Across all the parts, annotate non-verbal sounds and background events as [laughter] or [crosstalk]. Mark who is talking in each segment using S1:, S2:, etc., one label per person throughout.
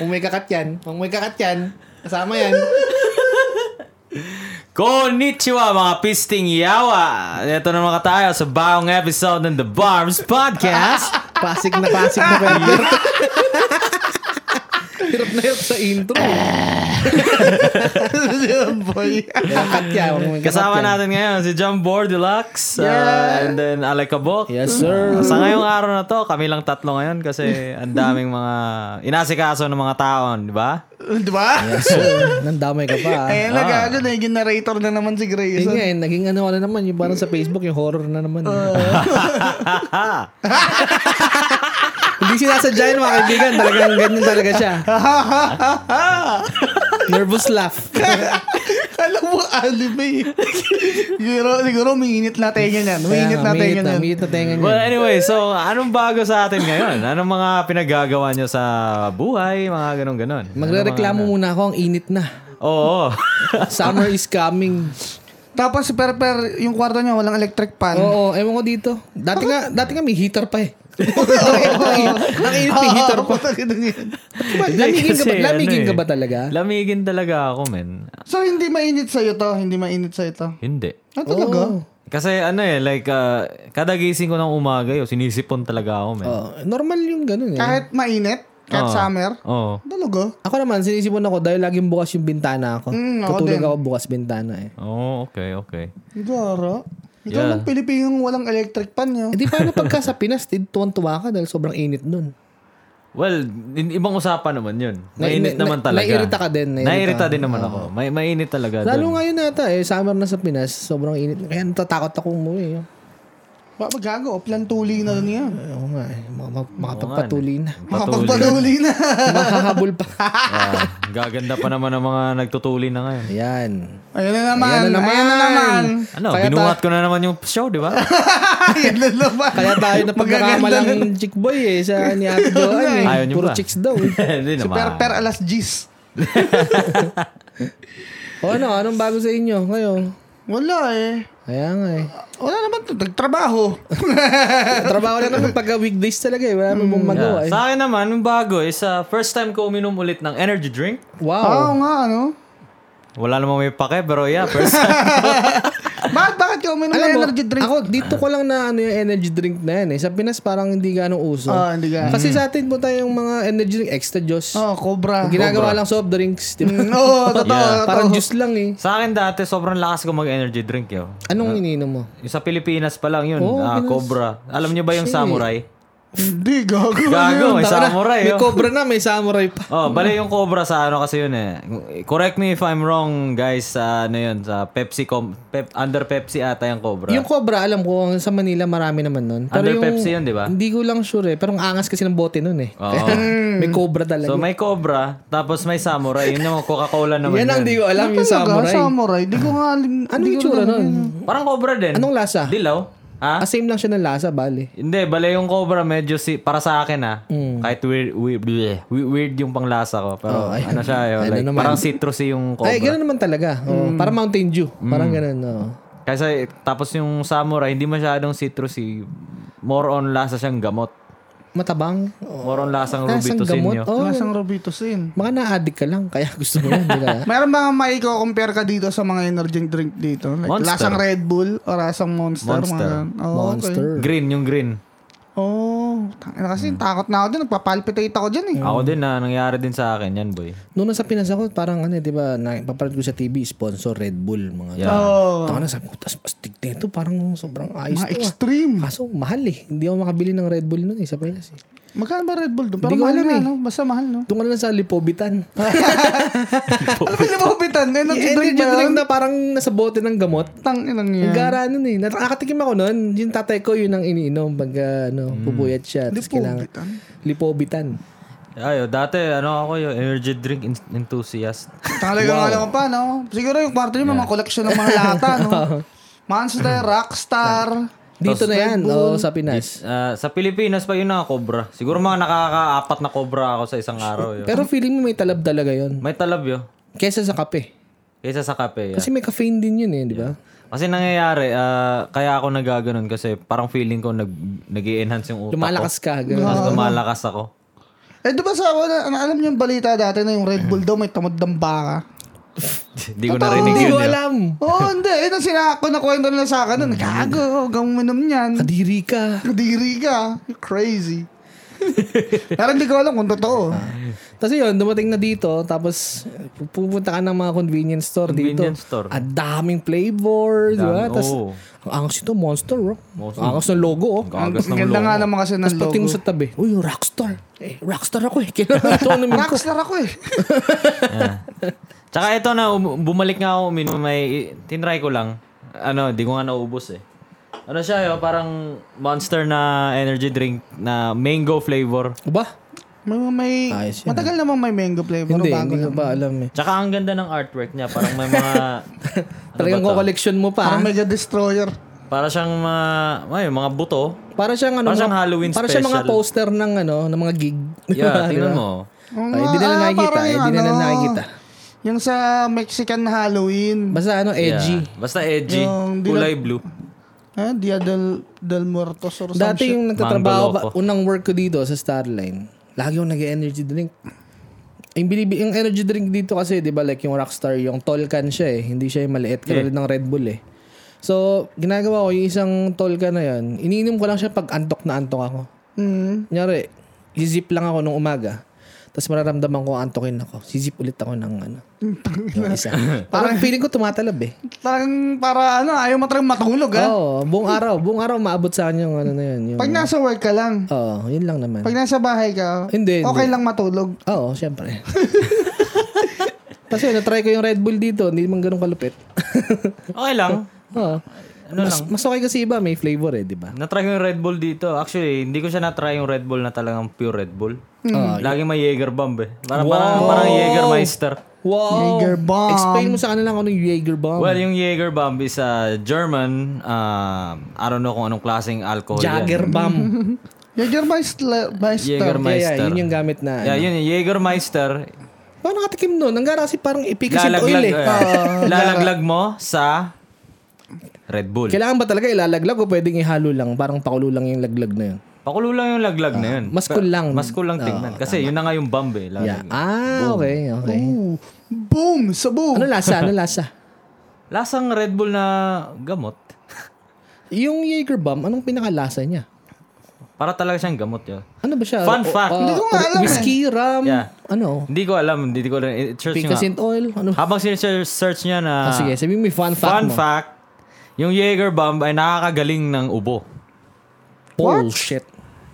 S1: Kung may kakat yan, kung may kakat yan, kasama yan.
S2: Konnichiwa mga pisting yawa! Ito naman ka tayo sa bagong episode ng The Barbs
S1: [laughs]
S2: Podcast.
S1: [laughs] Pasig na pasig na pwede. [laughs] hirap na hirap sa intro. [laughs] Boy. Kakat yan. huwag may kakat
S2: Kasama
S1: yan.
S2: natin ngayon si John Boar Deluxe uh,
S1: Yeah.
S2: and then Alec Kabok.
S1: Yes, sir.
S2: Sa ngayong araw na to, kami lang tatlo ngayon kasi ang daming mga inasikaso ng mga taon, di ba? [laughs]
S3: Di ba? Eh,
S1: So, nandamay ka pa. ah.
S3: Ayan na gago na, yung generator na naman si
S1: Yun
S3: Grayson.
S1: nga eh, naging ano ka na naman, yung parang sa Facebook, yung horror na naman. eh. [laughs] Hindi sinasadya yun mga kaibigan, talagang ganyan talaga siya. Nervous laugh.
S3: [laughs] Alam mo, anime. siguro, siguro, umiinit na tenga niyan. Umiinit na
S1: Ano, Ah, na,
S3: tenga niyan.
S1: Umiinit na tenga niya.
S2: Well, anyway, so anong bago sa atin ngayon? Anong mga pinagagawa nyo sa buhay? Mga ganun-ganun.
S1: Magrereklamo muna ako, ang init na.
S2: Oo.
S1: Summer is coming.
S3: Tapos, per per, yung kwarto niya, walang electric pan.
S1: Oo, ewan ko dito. Dati nga, dati nga may heater pa eh. Ang init
S3: Ah,
S1: may heater pa. [laughs] Diba, Lamigin ka ba,
S2: [laughs] Kasi,
S1: lamigin
S2: ano
S1: ka
S2: eh.
S1: ba talaga?
S2: Lamigin talaga ako, men.
S3: So, hindi mainit sa'yo to. Hindi mainit sa'yo to.
S2: Hindi.
S3: Ah,
S1: Oh,
S3: talaga?
S2: Kasi ano eh, like, ah, kada gising ko ng umaga yun, sinisipon talaga ako, men.
S1: Oo, normal yung ganun eh.
S3: Kahit mainit? Kahit
S1: Ah.
S2: Oo.
S3: summer?
S2: Oo.
S1: Oh.
S3: Talaga?
S1: Ako naman, sinisipon ako dahil laging bukas yung bintana ako.
S3: Mm, ako
S1: Katulog
S3: din.
S1: ako bukas bintana eh.
S2: Oo, Oh, okay, okay.
S3: Gara. Ikaw
S2: Yeah.
S3: lang Pilipinong walang electric pan niya.
S1: Eh di paano pagka sa Pinas, di tuwan-tuwa ka dahil sobrang init nun.
S2: Well, in- ibang usapan naman yun.
S1: Nai-
S2: Mainit
S1: nai-
S2: naman talaga.
S1: naiirita ka din, naiirita.
S2: Naiirita, din naman ako. May, mainit talaga.
S1: Lalo
S2: dun.
S1: ngayon nata eh, summer na sa Pinas, sobrang init. Kaya natatakot ako umuwi. eh.
S3: Ba, gago, plan tuli na niya.
S1: Oo nga eh, mak- mak- makapagpatuloy na. [laughs]
S2: Patuloy.
S3: Makapagpatuli na.
S1: Makahabol pa.
S2: Ah, gaganda pa naman ang mga nagtutuli na ngayon.
S1: Ayan.
S3: Ayan na naman.
S1: Ayan na naman.
S3: Ayan na naman. [laughs]
S2: Ano,
S1: Kaya
S2: binuhat ko na naman yung show, di
S1: [laughs]
S2: ba?
S3: Ayan na naman.
S1: Kaya
S3: [laughs]
S1: tayo na pagkakamalang
S3: Magaganda
S1: chick boy eh, sa ni Ate Joanne eh.
S2: Ayaw niyo
S1: Puro
S2: ba?
S1: chicks daw eh.
S2: Hindi
S3: Si
S2: naman.
S3: Per Per alas G's.
S1: O ano, anong bago sa inyo ngayon?
S3: Wala eh.
S1: Kaya nga eh.
S3: Wala naman to.
S1: [laughs]
S3: Nagtrabaho.
S1: Trabaho na naman pagka weekdays talaga eh. Wala namang magawa
S2: Yeah.
S1: eh.
S2: Sa akin naman, yung bago is ah, first time ko uminom ulit ng energy drink.
S3: Oo
S1: Wow.
S3: nga, ano?
S2: Wala namang may pake, pero yeah, first time.
S3: Bakit, bakit ka uminom ng
S1: Alam mo,
S3: energy drink?
S1: Ako, dito ko lang na ano yung energy drink na yan eh. Sa Pinas parang hindi ganong uso.
S3: Ah, hindi ka.
S1: Kasi sa atin po tayong mga energy drink, extra juice.
S3: Oh, cobra. [laughs]
S1: Ginagawa lang soft drinks, di ba?
S3: Mm,
S1: [laughs]
S3: Oo, totoo.
S2: Yeah.
S1: parang juice lang eh.
S2: sa akin dati, sobrang lakas ko mag-energy drink, yo.
S1: Anong ininom mo?
S2: Yung sa Pilipinas pa lang yun,
S1: Oo,
S2: ah,
S1: Pinas.
S2: Cobra. Alam nyo ba yung samurai?
S3: Hindi, gago.
S2: Gago,
S1: [laughs]
S2: may
S1: Tara na,
S2: samurai.
S1: May
S2: oh.
S1: cobra na, may samurai pa.
S2: Oh, bali yung Cobra sa ano kasi yun eh. Correct me if I'm wrong, guys, sa ano yun, sa Pepsi com, Pep- under Pepsi ata yung Cobra.
S1: Yung cobra, alam ko, ang sa Manila marami naman nun. Pero
S2: Ah. under
S1: yung,
S2: Pepsi yun, di ba?
S1: Hindi ko lang sure eh. Pero ang angas kasi ng bote nun [laughs] eh.
S2: Oo.
S1: may cobra
S2: Hmm. so ano
S1: talaga.
S2: may Cobra, tapos may Samurai, yun yung Coca-Cola naman.
S1: yan ang
S2: yun.
S1: di ko alam yung
S3: Talaga,
S1: samurai.
S3: samurai. Di ko nga alam.
S1: Ano yung tsura nun?
S2: Parang Cobra din.
S1: Anong lasa?
S2: Dilaw? Ha?
S1: Ah, same lang siya ng lasa, bali.
S2: Hindi, bali yung Cobra medyo si para sa akin ah.
S1: Mm.
S2: Kahit weird, weird, bleh, we- weird yung panglasa
S1: Oh,
S2: ko, pero
S1: [laughs]
S2: ano siya yun, like, parang citrusy yung Cobra.
S1: Ay,
S2: Hmm.
S1: ganun naman talaga. Oh, Parang Mountain Dew. Parang ganun. Oh.
S2: Kasi tapos yung Samurai, hindi masyadong citrusy. More on lasa siyang gamot.
S1: Matabang.
S2: More on lasang
S1: Lasang
S2: rubito sa
S1: gamot.
S2: inyo.
S1: Oh,
S3: Lasang Robitussin.
S1: Baka na-addict ka lang, kaya [laughs] gusto mo yan. di ba?
S3: Meron ba maiko-compare ka dito sa mga energy drink dito? Like,
S2: Monster.
S3: Lasang Red Bull o lasang Monster?
S2: Monster.
S3: Mga, ganun. oh,
S1: Monster.
S2: Green, yung green.
S3: Oh, tangina
S1: Hmm.
S3: kasi takot na ako din. Nagpapalpitate ako
S1: Mm.
S3: dyan eh.
S2: Ako din na, nangyari din sa akin yan, boy.
S1: Noon nasa Pinas ako, parang ano, di ba, napapanood ko sa TV, sponsor Red Bull, mga
S2: Yeah.
S3: Oh,
S1: Taka na, sabi ko, tas astig na ito, parang sobrang ayos
S3: mga
S1: to ah.
S3: extreme.
S1: Kaso, mahal eh. Hindi ako makabili ng Red Bull nun eh, sa Pinas eh.
S3: Magkano ba Red Bull doon? Pero
S1: Hindi ko
S3: mahal
S1: alam
S3: na,
S1: eh.
S3: no? Basta mahal,
S1: [laughs]
S3: no?
S1: Doon ka na lang sa
S2: [laughs]
S1: Lipobitan.
S3: ano ba limupitan? Energy
S1: Energy
S3: drink ba
S1: drink
S3: yun?
S1: na parang nasa bote ng gamot.
S3: Tang inang
S1: Ang
S3: yan.
S1: gara nun eh. Nat- Nakatikim ako nun. Yung tatay ko yun ang iniinom pag ah, ano,
S2: Mm.
S1: pupuyat siya. Tapos kailangan
S3: Lipobitan?
S1: lipobitan.
S2: Ayo, dati ano ako yung energy drink en- enthusiast.
S3: Talaga nga alam ko pa, no? Siguro yung kwarto niyo, mga collection ng mga lata,
S1: [laughs]
S3: no? Monster, Rockstar.
S1: Dito na yan, oh, sa Pinas.
S2: Ah, sa Pilipinas pa yun na cobra. Siguro mga nakakaapat na cobra ako sa isang araw yun.
S1: Pero feeling mo may talab talaga yun.
S2: May talab yun.
S1: Kesa sa kape.
S2: Kaysa sa kape. yeah.
S1: Kasi may caffeine din yun eh, di ba?
S2: Kasi nangyayari, ah, kaya ako nagaganon kasi parang feeling ko nag, nag enhance yung utak.
S1: Lumalakas ka. Ganun.
S2: Tapos lumalakas ako. [laughs]
S3: Eh, di ba sa wala, na- alam niyo yung balita dati na yung Red
S1: Hmm.
S3: Bull daw may tamad ng baka?
S2: Hindi ko narinig
S1: Hindi
S2: yun.
S1: ko
S2: eh.
S1: alam.
S3: Oo, hindi. Eh, nung sinako na kwento nila sa akin nun, gago, huwag kang uminom niyan.
S1: Kadiri ka.
S3: Kadiri ka. You're
S2: [laughs]
S3: crazy. Pero hindi ko alam kung totoo.
S2: Mm.
S1: Tapos yun, dumating na dito, tapos pupunta ka ng mga convenience store
S2: Convenience
S1: dito.
S2: store.
S1: Ang daming flavor, di ba?
S2: Dami,
S1: Tapos,
S2: oo.
S1: ang angas ito, monster, oh. Ang angas ng logo, oh.
S3: Ang
S2: Gagas Ah, ng
S3: ganda
S2: logo.
S3: nga naman kasi ng
S1: Tapos pati mo
S3: logo.
S1: sa tabi, uy, yung rockstar. Eh, rockstar ako eh. [laughs] Kailangan ito namin ko.
S3: Rockstar ako eh.
S2: Tsaka ito na, um- bumalik nga ako, uminom, may, tinry ko lang. Ano, di ko nga naubos eh. Ano siya yo, parang monster na energy drink na mango flavor.
S1: Ba?
S3: May, may,
S1: Ayos yun. ah.
S3: matagal naman may mango flavor.
S1: Hindi,
S3: Ano bago
S1: hindi ko
S3: lang.
S1: pa alam eh. [laughs]
S2: Tsaka ang ganda ng artwork niya, parang may mga, Ano
S1: Talagang ko collection mo pa.
S3: Parang
S1: ah.
S3: Mega Destroyer.
S2: para siyang mga, ay, mga
S1: [laughs]
S2: buto.
S1: Para siyang ano,
S2: Para siyang
S1: mga-
S2: Halloween
S1: para siyang mga
S2: special.
S1: poster ng ano, ng mga gig. [laughs] Di
S2: Yeah,
S1: ba?
S2: tingnan mo.
S3: Oo
S1: Ay,
S3: nga,
S1: di nila
S3: ah,
S1: nakikita,
S3: parang
S1: eh,
S3: yung
S1: di nila
S3: ano,
S1: nakikita.
S3: Yung sa Mexican Halloween.
S1: Basta ano, edgy.
S2: Yeah. Basta edgy.
S3: Yung di na-
S2: kulay blue.
S3: Ah, Dia del, del Muertos or
S1: Dati
S3: some shit.
S1: yung nagtatrabaho,
S2: Mango
S1: ba, unang work ko dito sa Starline, lagi yung nag-energy drink. Yung, binibi, yung energy drink dito kasi, di ba, like yung Rockstar, yung tall can siya eh. Hindi siya yung maliit, katulad ng Red Bull eh. So, ginagawa ko yung isang tall can na yan, iniinom ko lang siya pag antok na antok ako.
S3: Mm.
S1: Kunyari, zip lang ako nung umaga. Tapos mararamdaman ko antokin ako. Sisip ulit ako ng ano. yung isa. Parang feeling ko tumatalab eh.
S3: Parang para ano, ayaw mo talagang matulog ha.
S1: Oo, buong araw. Buong araw maabot sa akin yung ano na yun. Yung,
S3: Pag nasa work ka lang,
S1: oo, yun lang naman.
S3: pag nasa bahay ka,
S1: Hindi,
S3: okay lang matulog.
S1: Oo, syempre. [laughs] Kasi na-try ko yung Red Bull dito, hindi man ganun kalupit. [laughs]
S2: Okay lang.
S1: Oo.
S2: Ano
S1: mas, mas okay kasi iba, may flavor eh, di ba?
S2: Natry ko yung Red Bull dito. Actually, hindi ko siya natry yung Red Bull na talagang pure Red Bull.
S1: Ah,
S2: Lagi may Jaeger bomb eh. Parang, parang, parang Jägermeister.
S1: Wow!
S3: Jaeger bomb.
S1: Explain mo sa kanila kung ano yung Jaeger bomb.
S2: Well, yung Jaeger bomb is a German, um, I don't know kung anong klaseng alcohol
S1: Jagger
S2: yan.
S1: bomb. Mm-hmm.
S3: Jägermeister. Meister.
S1: Mhm. yeah, yeah,
S2: Jägermeister.
S1: yun yung ano. gamit na.
S2: Yeah, yun yung Jägermeister.
S1: Paano nakatikim nun? Ang gara kasi parang ipikasin oil
S2: Lalaglag,
S1: eh.
S2: eh. [laughs] lalaglag mo sa Red Bull.
S1: Kailangan ba talaga ilalaglag o pwedeng ihalo lang? Parang pakulo lang yung laglag na yun.
S2: Pakulo lang yung laglag na yun.
S1: Ah, mas cool lang. Ah,
S2: Mas cool lang tingnan. Kasi yun na nga yung bomb eh.
S1: Yeah.
S2: Lalag.
S1: Ah, okay, okay.
S3: Ooh. Boom!
S1: [laughs]
S3: Sabog!
S1: Ano lasa? Ano lasa?
S2: Lasang Red Bull na gamot.
S1: Yung Jaeger bomb, anong pinakalasa niya?
S2: Para talaga siyang gamot yun.
S1: Ano ba siya?
S2: Fun fact.
S1: Hindi ko nga alam eh. Whiskey, rum,
S2: Yeah.
S1: ano?
S2: Hindi ko alam. Hindi ko alam. I-search nyo nga.
S1: Picassint oil, ano?
S2: Habang sinesearch niya na
S1: Ah, sige, sabihin mo yung fun fact
S2: fun
S1: mo.
S2: fact, yung Jaeger bomb ay nakakagaling ng ubo.
S1: Bullshit.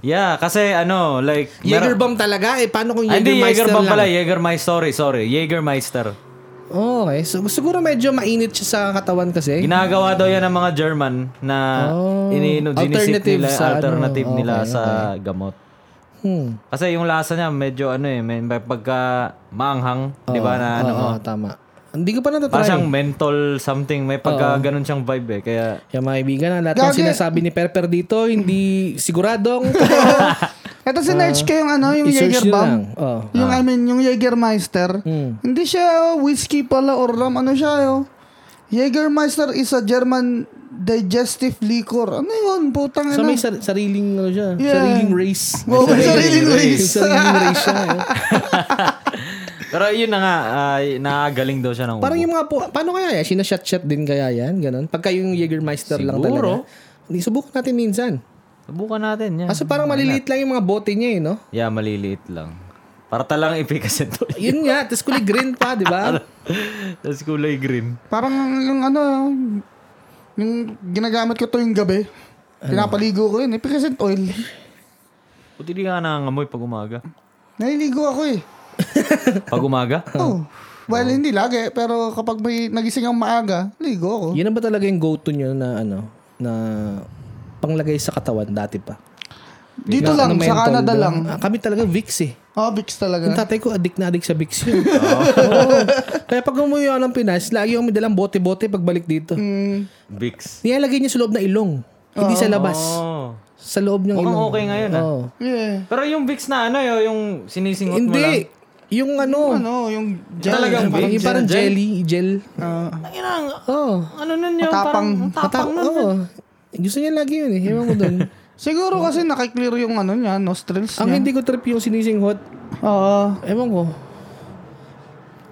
S2: Yeah, kasi ano, like...
S1: Jaeger
S2: meron-
S1: bomb talaga? Eh, paano kung
S2: Ah, Hindi,
S1: Jaeger
S2: Jaeger
S1: Meister
S2: bomb
S1: lang?
S2: pala. Jaegermeister. Sorry, sorry. Jaegermeister.
S1: Oh, Okay, so siguro medyo mainit siya sa katawan kasi.
S2: Ginagawa daw yan ng mga German na
S1: Oh,
S2: iniinom, dinisip
S1: alternative
S2: nila,
S1: sa ano,
S2: alternative nila
S1: okay,
S2: sa gamot.
S1: hmm.
S2: Kasi yung lasa niya medyo ano eh, may may pagka maanghang, di ba na ano,
S1: Oo, oo, Ah, tama. Hindi ko pa
S2: para
S1: natatry.
S2: siyang mental something, may pagka ganun siyang vibe eh. Kaya
S1: Yung mga kaibigan, ang lahat ng
S3: Gagi.
S1: sinasabi ni Perper dito, hindi [laughs] siguradong.
S3: Ito sinerge ko yung ano, yung
S1: Ah. I-search nyo lang.
S3: Jägerbomb.
S1: Oh. Hmm.
S3: Yung I mean, yung Jägermeister. Hindi siya oh, whiskey pala or rum. Ano siya yo? Jägermeister is a German digestive liquor. Ano yun? Putang
S1: So
S3: ina.
S1: may sar- sariling ano siya,
S3: Yeah.
S1: sariling race.
S3: Oh, may sariling race.
S1: May sariling race siya. eh.
S2: pero yun na nga, ah, nakagaling daw siya ng ubo.
S1: Parang yung mga po, paano kaya yan? Sinashot-shot din kaya yan? Ganon? Pagka yung Jägermeister lang
S2: Siguro.
S1: talaga. Hindi, subukan natin minsan.
S2: Subukan natin yan.
S1: Kaso parang maliliit lang yung mga bote niya eh, no?
S2: Yeah, maliliit lang. Para talang ipikasin [laughs] to.
S1: Yun nga, tapos kulay green pa, di
S2: [laughs]
S1: ba?
S2: Tapos kulay green.
S3: Parang yung ano, yung ginagamit ko to yung gabi.
S1: Ano?
S3: Pinapaligo ko yun. Eh, Picassent oil.
S2: Buti di ka nangangamoy pag umaga.
S3: Naliligo ako eh.
S2: Pag umaga?
S3: Oh. Well, hindi lagi. Pero kapag may nagising ang maaga, ligo ako.
S1: Yan na ba talaga yung go-to nyo na ano, na panglagay sa katawan dati pa?
S3: Dito
S1: Na- na
S3: lang, sa
S1: menthol,
S3: Canada
S1: di ba?
S3: lang.
S1: Ah, kami talaga Vicks eh.
S3: Oh, Vicks
S1: Yung
S3: talaga.
S1: tatay ko, adik na adik sa Vicks
S2: [laughs]
S1: yun. Oo. Kaya pag umuwi ako ng Pinas, lagi ako may dalang bote-bote pagbalik dito.
S3: Mm.
S2: Vicks.
S1: Nilalagay niya sa loob na ilong. Hindi
S3: Ah.
S1: sa labas.
S2: Oh.
S1: Sa loob ng
S2: Mukhang
S1: ilong.
S2: okay ngayon ah.
S1: Oo.
S3: Yeah.
S2: Pero yung Vicks na ano, yo, yung sinisingot mo lang.
S1: Hindi. Yung ano,
S3: Ano, yung gel.
S2: Talagang
S3: Yung
S1: parang,
S2: Big
S1: yung parang
S2: gel,
S1: jelly, gel.
S3: Ah.
S2: Tanginang,
S1: Oo.
S2: ano nun yun?
S3: Matapang.
S2: Parang ano? matapang nun.
S1: Oo. Gusto niya lagi yun eh. Ewan ko dun.
S3: Siguro kasi nakiklear yung ano niya, nostrils
S1: Ang
S3: niya.
S1: hindi ko trip yung sinisinghot,
S3: Oo.
S1: Ewan ko.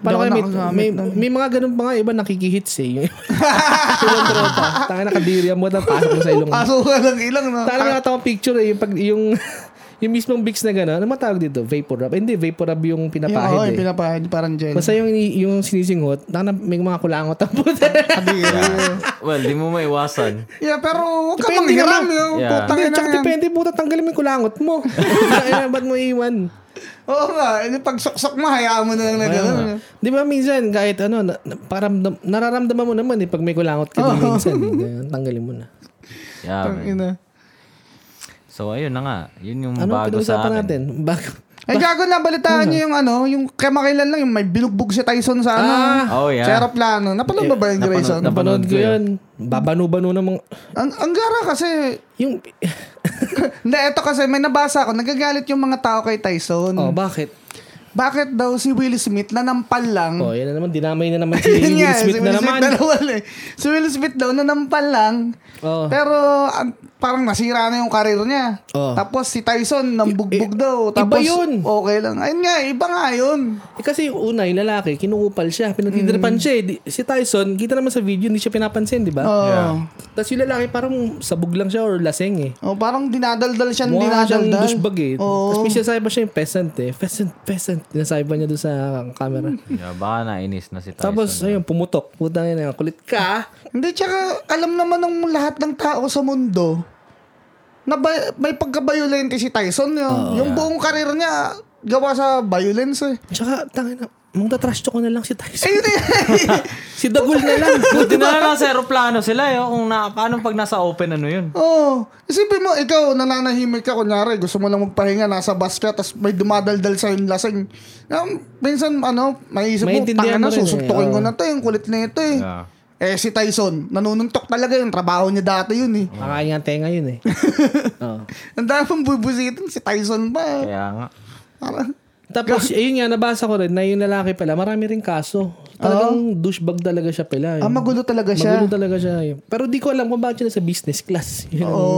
S1: Paano
S3: ako
S1: kaya may,
S3: nakagamit
S1: may,
S3: nun.
S1: may mga ganun pa nga, iba nakikihits eh. Yung [laughs] yung tropa. Tanga na kadiri mo, tapos pasok mo sa ilong. mo.
S3: Kaso ka lang ilang na.
S1: Tanga na nakatawa picture eh, yung, pag, yung, [laughs] yung mismong bigs na gano'n. Ano matawag dito? Vapor rub? Eh, Hindi, vapor rub yung
S3: Yung,
S1: pinapahid
S3: oo,
S1: eh.
S3: yung pinapahid, parang gel.
S1: Basta yung, yung sinisinghot, naka, may mga kulangot ang puta. [laughs]
S3: Kadiri.
S2: Well, di mo maiwasan.
S3: Yeah, pero huwag ka
S1: Depende
S3: manghiram.
S1: naman.
S3: Yung
S2: Yeah.
S3: putang
S1: Hindi,
S3: ina
S1: tsaka
S3: yan.
S1: depende puta, tanggalin mo yung kulangot
S3: [laughs]
S1: mo. Tangina, Ba't mo iwan?
S3: Oo nga, yung pagsoksak mo, hayaan mo na lang na gano'n.
S1: Di ba minsan kahit ano, na, na- paramdam, nararamdaman mo naman eh pag may kulangot ka din minsan. eh. Kaya tanggalin mo na.
S2: Yeah,
S3: Ang
S2: man.
S3: ina.
S2: So, ayun na nga. Yun yung
S1: Ano
S2: bago
S1: pinag-usapan
S2: sa akin.
S1: natin? Bago.
S3: Ay, Eh, gago na, balitaan niyo yung ano, yung kamakailan lang, yung may bilugbog si Tyson sa ano.
S1: Ah,
S2: Oh, yeah.
S3: Sa aeroplano. Napanood ba ba yung
S2: napanood
S3: Grayson?
S2: na.
S1: Napanood
S2: Napanood
S1: ko
S2: ko
S1: yun. Babano-bano namang...
S3: Ang, ang gara kasi, [laughs]
S1: Yung...
S3: hindi, eto kasi may nabasa ako, nagagalit yung mga tao kay Tyson.
S1: oh, bakit?
S3: Bakit daw si Will Smith nanampal lang?
S1: Oh, yun na naman. Dinamay na naman si
S3: Mm. [laughs] Yun
S1: Will
S3: nga,
S1: Smith
S3: si
S1: na naman. [laughs]
S3: Smith nawala eh. Si Will Smith daw nanampal lang.
S1: Oo.
S3: Pero ang- parang nasira na yung karir niya.
S1: Oo.
S3: Tapos si Tyson nambugbog
S1: Oh.
S3: daw.
S1: iba
S3: Tapos,
S1: yun.
S3: Okay lang. Ayun nga, iba nga yun.
S1: Eh, kasi yung una, yung lalaki, kinukupal siya.
S3: Mm.
S1: Pinagtitripan siya eh. Di- Si Tyson, kita naman sa video, hindi siya pinapansin, di ba?
S3: Oo.
S2: Yeah.
S1: Tapos yung lalaki, parang sabog lang siya or laseng eh.
S3: Oh, parang dinadaldal siya ng
S1: Mukha siyang
S3: dinadaldal.
S1: douchebag eh.
S3: Oo.
S1: Tapos may sinasabi pa siya yung peasant eh. Peasant, peasant. Sinasabi pa niya doon sa camera.
S3: Hmm.
S2: Yeah, baka nainis na si Tyson.
S1: Tapos, ayun, pumutok. Puta na kulit ka.
S3: Hindi, tsaka alam naman ng lahat ng tao sa mundo na ba- may pagka-violente si Tyson. Yun. yung buong karir niya gawa sa violence eh.
S1: Tsaka, tangin na, magta-trash talk ko na lang si Tyson.
S3: Ayun eh.
S1: Si Dagul na lang.
S2: Buti na lang sa aeroplano sila, yo. Kung na, paano pag nasa open, ano yun?
S3: [laughs] Oo. Oh, isipin mo, ikaw, nananahimik ka, kunyari, gusto mo lang magpahinga, nasa bus ka, tapos may dumadaldal sa yung lasing. Um, minsan, ano, maiisip mo, tanga
S1: Maintindihan
S3: na,
S1: mo rin eh,
S3: susuktukin ko
S1: oo.
S3: na to, yung kulit na ito eh.
S2: Yeah.
S3: Eh, si Tyson, nanununtok talaga yung trabaho niya dati yun eh.
S1: Nakakain nga tenga yun eh. Oh. Oo.
S3: Ang dami pang bubusitin, si Tyson pa.
S2: Kaya nga.
S3: Parang,
S1: Tapos, ayun nga, nabasa ko rin na yung lalaki pala, marami rin kaso. Talagang douchebag talaga siya pala. eh.
S3: ah, magulo talaga siya.
S1: Magulo talaga siya. yun. Pero di ko alam kung bakit siya nasa business
S3: [laughs]
S1: class. Yun ang-
S3: Oo.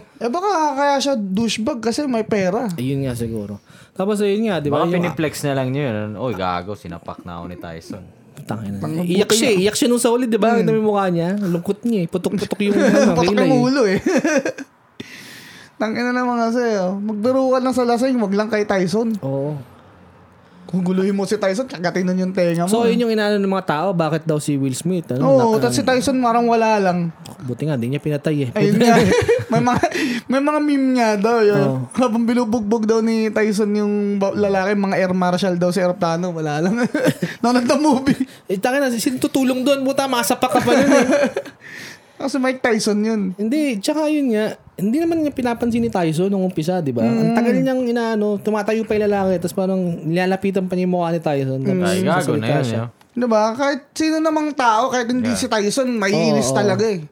S3: Oh. Eh, baka kaya siya douchebag kasi may pera.
S1: Ayun nga siguro. Tapos ayun nga, di ba? Yung-
S2: Baka piniplex na lang niyo yun. Uy, gago, sinapak na ako ni Tyson.
S1: Tangin na. Iyak siya, eh. iyak siya nung sa huli, di ba?
S3: Hmm.
S1: Kita mo yung mukha niya. Ang Lungkot niya eh. Putok-putok
S3: [laughs]
S1: yung ano,
S3: Patok
S1: kilay.
S3: yung ulo eh. [laughs] Tangina na mga sa'yo. Magbiro ka lang sa lasing, wag lang kay Tyson.
S1: Oo.
S3: Kung guluhin mo si Tyson, kagatin nun yung tenga mo.
S1: So, yun yung inaano ng mga tao, bakit daw si Will Smith? Ano,
S3: Ah. Oo, tapos si Tyson marang wala lang.
S1: Buti nga, di niya pinatay eh.
S3: Ayun
S1: [laughs]
S3: nga. may mga may mga meme nga daw yun. Habang binubugbog daw ni Tyson yung ba- lalaki, mga air marshal daw si Aeroplano, wala lang. [laughs] Nanonood ng movie.
S1: Eh, tangin na, sino tutulong doon? Buta, masapak ka pa nun eh.
S3: [laughs] Kasi Mike Tyson yun.
S1: Hindi, tsaka yun nga, hindi naman niya pinapansin ni Tyson nung umpisa, di ba? Ang
S3: Hmm.
S1: tagal niyang inaano, tumatayo pa yung lalaki, tapos parang nilalapitan pa niya yung mukha ni Tyson.
S3: Hmm,
S1: Tapos
S2: Ay, gago na
S1: sasalita
S2: yun, eh.
S1: siya.
S2: yo.
S3: Diba? Kahit sino namang tao, kahit hindi si Tyson, maiinis talaga eh.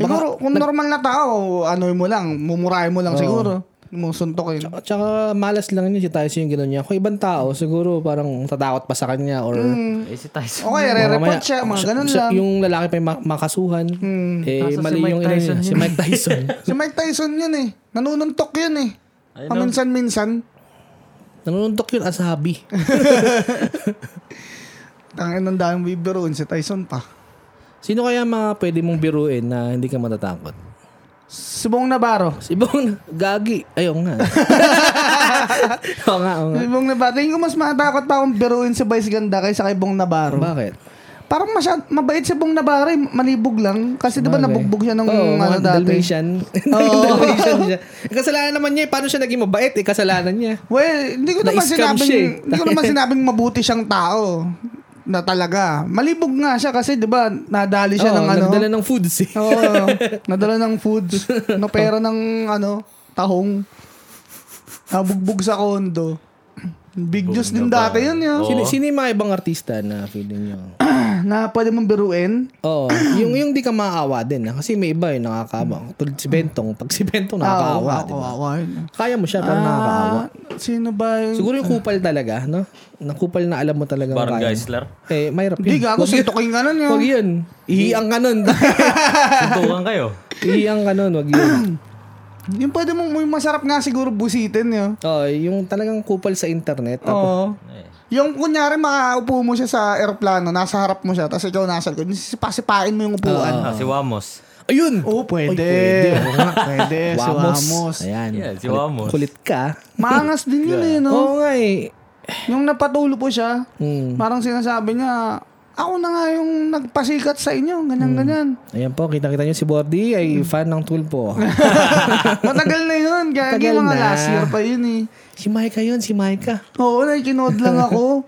S3: Siguro, kung normal na tao, ano mo lang, mumurahin mo lang siguro. eh. Musuntokin.
S1: At Tsaka malas lang niya si Tyson yung gano'n niya. Kung ibang tao, siguro parang tatakot pa sa kanya or
S3: Hmm.
S2: Eh, si Tyson.
S3: Mm. Okay,
S1: Baka
S3: re-report
S1: maya-
S3: siya, mga ganun
S1: siya-
S3: lang. Ah,
S1: Yung lalaki pa yung ma- makasuhan.
S3: Hmm,
S1: Eh,
S2: Kaso si
S1: mali
S2: Mike
S1: yung ina niya.
S2: Tyson
S1: Si
S2: yun.
S1: Mike Tyson. [laughs]
S3: Si Mike Tyson yun eh. Nanununtok yun eh.
S2: Ayun,
S3: Paminsan-minsan.
S1: Nanununtok yun asabi.
S3: Tangin ng daming bibiruin si Tyson pa.
S1: Sino kaya mga pwede mong biruin na hindi ka matatakot?
S3: Si Bong Navarro.
S1: Si Bong, gagi. Ayun
S3: [laughs]
S1: nga. oo nga, oo nga.
S3: Si Bong Navarro. Tingin ko mas matakot pa akong biruin si Vice Ganda kaysa kay Bong Navarro.
S1: Bakit?
S3: Parang masyad, mabait si Bong Navarro. eh. Malibog lang. Kasi di ba
S1: Bagay.
S3: nabugbog siya ng
S1: Oo,
S3: ano
S1: mga
S3: dati.
S1: Dalmatian. [laughs] Dalmatian siya. Eh, Kasalanan naman niya eh. Paano siya naging mabait eh? Kasalanan niya.
S3: Well, hindi ko naman
S1: Na-scam
S3: sinabing,
S1: siya eh.
S3: hindi ko
S1: [laughs]
S3: naman sinabing mabuti siyang tao na talaga. Malibog nga siya kasi 'di ba nadali siya
S1: Oo,
S3: ng ano.
S1: nagdala ng foods eh.
S3: [laughs]
S1: [laughs]
S3: Oo, nadala ng foods, no pera ng ano, tahong. Nabugbog sa kondo. Big juice din dati yun yun.
S1: Sino, sino yung mga ibang artista na feeling niyo?
S3: [clears throat] na pwede mong biruin. [clears throat]
S1: Oo. yung yung di ka maawa din. ah. Kasi may iba yung nakakaawa. Tulad si Bentong. Pag si Bentong nakakaawa,
S3: Ah,
S1: di ba?
S3: kawawa yun.
S1: Kaya mo siya, pero nakakaawa.
S3: Ah, sino ba yun?
S1: Siguro yung kupal talaga, no? Na kupal na alam mo talaga.
S2: Parang
S1: kaya.
S2: Geisler.
S1: Eh, mahirap
S3: Hindi
S1: yun.
S3: gago,
S1: Huwag yun.
S3: sintukin ka nun yun.
S1: Huwag yun.
S3: [laughs]
S1: Ihiyang ka nun.
S2: Suntukan kayo.
S3: [clears throat]
S1: Ihiyang ka nun, huwag yun.
S3: Yung pwede mong, yung masarap nga siguro busitin yun.
S1: Oh, yung talagang kupal sa internet. Tapos,
S3: Oo. Yung kunyari makaupo mo siya sa aeroplano, nasa harap mo siya, tapos ikaw nasa likod, sipasipain mo yung upuan.
S2: Ah, si
S3: [laughs]
S2: Wamos.
S1: Ayun!
S3: Oo, Oh, pwede.
S1: Ay,
S3: pwede.
S1: pwede.
S3: [laughs] pwede. si Wamos.
S1: Ayan.
S2: Yeah, si
S1: Kulit-
S2: Wamos.
S1: Kulit, ka.
S3: Maangas din yun eh, no?
S1: Oo nga eh.
S3: Yung napatulo po siya,
S1: Hmm.
S3: parang sinasabi niya, ako na nga yung nagpasikat sa inyo,
S1: Mm. [laughs]
S3: ganyan-ganyan.
S1: Ayan po, kita-kita nyo si Bordy ay
S3: Hmm.
S1: fan ng tulpo.
S3: [laughs] Matagal na yun, gagi
S1: Matagal
S3: mga
S1: na.
S3: last year pa yun eh.
S1: si Micah yun, si Micah.
S3: Oo, nakikinood lang
S1: [laughs]
S3: ako.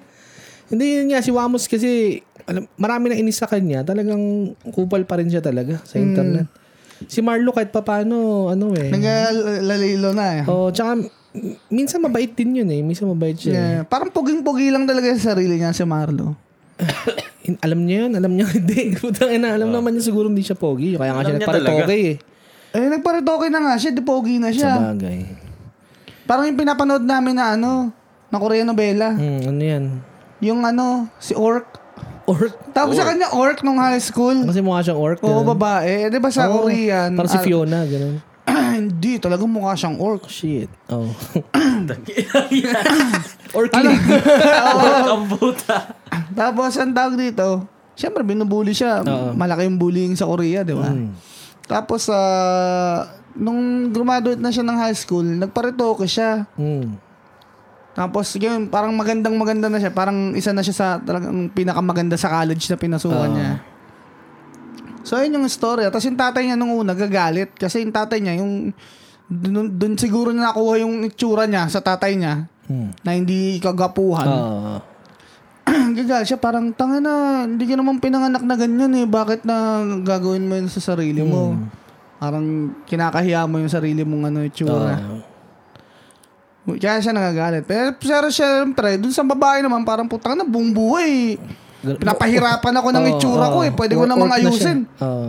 S1: Hindi yun nga, si Wamos kasi alam, marami nang inis sa kanya. Talagang kupal pa rin siya talaga sa
S3: Hmm.
S1: internet. Si Marlo kahit papano, ano eh.
S3: Naglalilo na eh.
S1: Oh, tsaka m- minsan mabait din yun eh. Minsan mabait siya.
S3: Yeah. Parang puging-pugi lang talaga sa sarili niya si Marlo.
S1: [sighs] In- alam niya yun, alam niya [laughs] hindi. Putang ina, alam naman niya siguro hindi siya pogi. Kaya nga
S2: Ah. Alam
S1: siya
S2: niya
S1: nagparitoke eh.
S3: Eh, nagparitoke na nga siya, di pogi na
S1: Sa
S3: siya.
S1: bagay.
S3: Parang yung pinapanood namin na ano, na Korean novela.
S1: Hmm, ano yan?
S3: Yung ano, si Orc.
S1: Orc.
S3: Tawag sa kanya Orc nung high school.
S1: Kasi mukha siyang orc.
S3: Oo,
S1: ganun.
S3: babae. Eh, di ba sa
S1: Oo,
S3: Korean?
S1: Parang si
S3: ah,
S1: Fiona, gano'n.
S3: [clears throat] hindi, talagang mukha siyang Orc.
S1: Shit. Oh. [laughs] orc league.
S2: Ang puta.
S3: Tapos, ang tawag dito, siyempre, binubuli siya. Malaki yung bullying sa Korea, di ba?
S1: Mm.
S3: Tapos, ah, nung graduate na siya ng high school, nagparitoke siya.
S1: Hmm.
S3: Tapos yun, parang magandang maganda na siya. Parang isa na siya sa talagang pinakamaganda sa college na pinasukan niya. So yun yung story. Tapos yung tatay niya nung una gagalit kasi yung tatay niya yung dun, dun siguro niya nakuha yung itsura niya sa tatay niya
S1: Hmm. Ah,
S3: na hindi kagapuhan.
S1: Oo.
S3: [clears throat] Gagalit siya parang tanga na hindi ka naman pinanganak na ganyan eh. Bakit na gagawin mo yun sa sarili mo? Parang kinakahiya mo yung sarili mong ano itsura.
S1: Ah.
S3: Kaya siya nagagalit. Pero, pero syempre, dun sa babae naman, parang putang na buong buhay. Pinapahirapan ako
S1: Oh,
S3: ng itsura ko eh. Pwede ko
S1: Or-
S3: namang
S1: orc na
S3: ayusin.
S1: siya. Oo.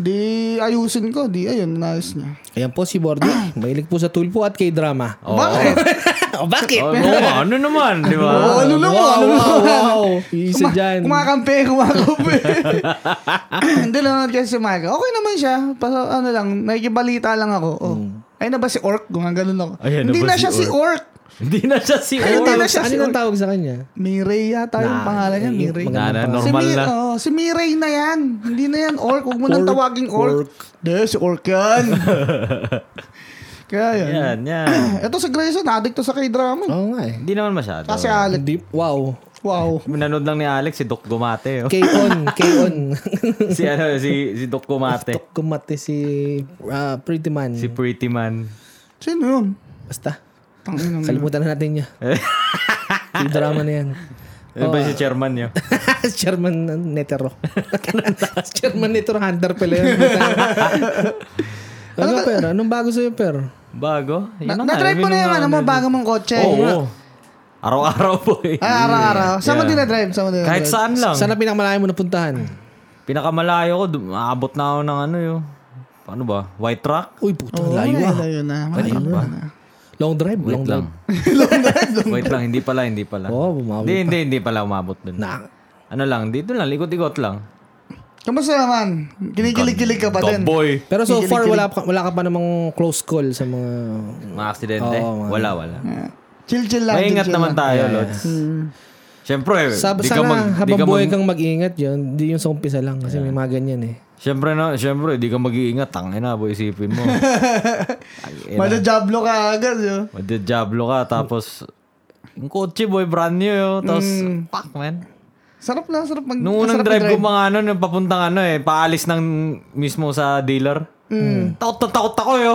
S3: Di ayusin ko. Di ayun, naayos niya.
S1: Ayan po si Bordy. [clears throat] Mahilig po sa tulpo at kay drama. [laughs]
S3: Bakit?
S1: o bakit?
S2: Oh, oo, ano naman, di ba?
S3: [laughs] Oo, ano lang,
S1: Ah, wow,
S3: ano
S1: wow,
S3: lang. [laughs]
S1: wow. Isa
S3: Kuma-
S1: dyan.
S3: Kumakampi, kumakampi. [laughs] Hindi lang kasi si Micah. Okay naman siya. Pero ano lang, nakikibalita lang ako. Oh.
S1: Hmm.
S3: Ay na ba si Orc? Gumagano'n ako.
S2: Ayan na
S3: Hindi
S2: ba
S3: na
S2: si
S3: siya si Orc.
S2: Hindi na siya si
S3: Ay,
S1: Ano
S2: Or.
S3: hindi
S1: tawag
S3: na
S1: sa
S3: siya si
S1: ano ang
S3: Orc.
S1: tawag sa kanya?
S3: Mireille yata
S1: Nah,
S3: yung
S1: eh,
S3: pangalan niya.
S1: yung
S3: Mireille.
S1: maganda
S2: Na, na,
S1: pa.
S2: normal
S3: si Mi-
S2: na.
S3: Oh, si Miray na yan. Hindi na yan orc. Huwag mo nang
S1: Orc,
S3: tawaging orc.
S1: orc.
S3: Hindi, si orc
S2: [laughs]
S3: yan. Kaya yan.
S2: Yan, yan.
S3: Ito si Grayson, addict to sa k-drama.
S1: Oo nga eh.
S2: Hindi naman masyado.
S3: Kasi Alec.
S1: Deep. Wow.
S3: Wow.
S2: Nanood lang ni Alex si Doc Gumate. oh.
S1: K-on.
S2: [laughs]
S1: K-on.
S2: si ano, si si Doc Gumate.
S1: Tok kumate si ah, Pretty Man.
S2: si Pretty Man.
S3: Sino yun?
S1: Basta.
S3: Tanginang.
S1: Kalimutan na
S2: [laughs]
S1: natin niya. Yung drama na yan.
S2: Ano
S3: Oh.
S2: ba si chairman niya?
S1: [laughs] Chairman Netero. [laughs] Chairman Netero Hunter pala yun. ano ka, Per? Anong bago sa'yo, Per?
S2: Bago?
S3: Na, na-try mo na yung ano mo, bago mong kotse.
S2: Oo. oo. Araw-araw po eh.
S3: Ah, araw-araw. Saan mo dinadrive? Saan mo
S2: Kahit
S3: dinadrive?
S2: saan Ano lang.
S1: Sana pinakamalayo mo napuntahan.
S2: Pinakamalayo ko, dum- aabot na ako ng ano yun. Paano ba? White rock?
S1: Uy, puto.
S3: Oo,
S1: layo ah.
S3: Layo na. Malayo na.
S1: Long drive,
S2: Wait
S1: long drive. [laughs]
S2: lang. Wait lang, hindi pala, hindi pala.
S1: Oo, bumabot
S2: Hindi, hindi, hindi pala umabot dun.
S1: Na,
S2: Ano lang, dito lang, likot-ikot lang.
S3: Kamusta naman? Kinikilig-kilig ka pa din.
S2: Boy!
S1: pero so far, wala, pa- wala ka pa namang close call sa mga...
S2: Mga aksidente? wala, wala.
S3: Chill-chill lang.
S2: Maingat
S3: chill-chill
S2: naman
S3: lang.
S2: tayo, Lods. Siyempre,
S1: Sa,
S2: di ka
S1: Mm. sana
S2: mag... Di
S1: habang
S2: ka
S1: buhay
S2: mag
S1: kang mag-iingat yun. Hindi yung sa umpisa lang kasi may mga ganyan eh.
S2: siyempre, no, siyempre, di ka mag-iingat. Tangin na, boy, isipin mo.
S3: Madajablo ka agad. Yun.
S2: Madidiablo ka, tapos... Yung kotse, boy, brand new, yo. Tapos, fuck, man.
S3: Sarap na, sarap mag
S2: Nung unang
S3: sarap
S2: drive ko
S3: Mm. mag-drive.
S2: mga ano, nung papuntang ano eh, paalis ng mismo sa dealer.
S3: Mm.
S2: Mm. Takot na takot ako yo.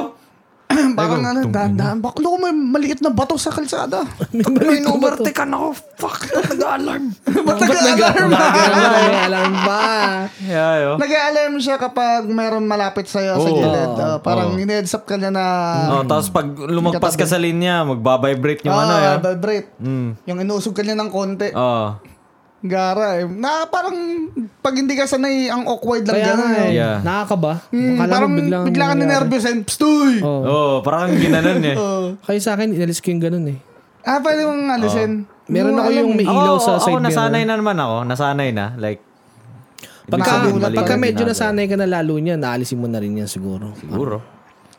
S3: [clears throat] Parang ano, dahan-dahan. Baklo ko may maliit na bato sa kalsada.
S1: [laughs] May number
S2: Teka na ako,
S3: [laughs]
S2: fuck,
S1: [laughs]
S2: nag-alarm.
S3: Ba't nag-alarm? [laughs]
S1: Alam ba?
S2: yeah, yo.
S3: Nag-alarm siya kapag mayroon malapit sa'yo sa
S2: Oo.
S3: gilid. Oh, parang oh. in-heads up ka niya na
S1: Mm.
S2: Oh, tapos pag lumagpas ka sa linya, magbabibrate yung ano yo.
S3: ah, vibrate.
S2: Mm.
S3: Yung inusog ka niya ng konti.
S1: Ah.
S2: Oh.
S3: Gara eh. Na parang pag hindi ka sanay, ang awkward lang
S1: Kaya nga
S3: gano'n.
S1: eh.
S2: Yeah. Hmm,
S1: Nakakaba.
S3: Mm,
S1: Akala mo
S3: parang bigla,
S1: biglang
S3: ka eh. na
S1: nangyari.
S3: nervous and pstoy!
S1: Oo.
S2: Oh, parang ginanon
S3: [laughs]
S2: eh.
S3: Oh.
S1: Kaya sa akin, inalis ko yung ganun eh.
S3: Ah, pwede mong alisin.
S1: Ah. Meron ako yung may ilaw
S2: Ako,
S1: sa side
S2: ako nasanay
S1: mirror.
S2: na naman ako, nasanay na. Like, ibig
S1: Pagka,
S2: sabihin, mali
S1: pagka
S2: na
S1: medyo
S2: ginagawa.
S1: nasanay ka na lalo niyan, naalisin mo na rin yan siguro.
S2: Siguro.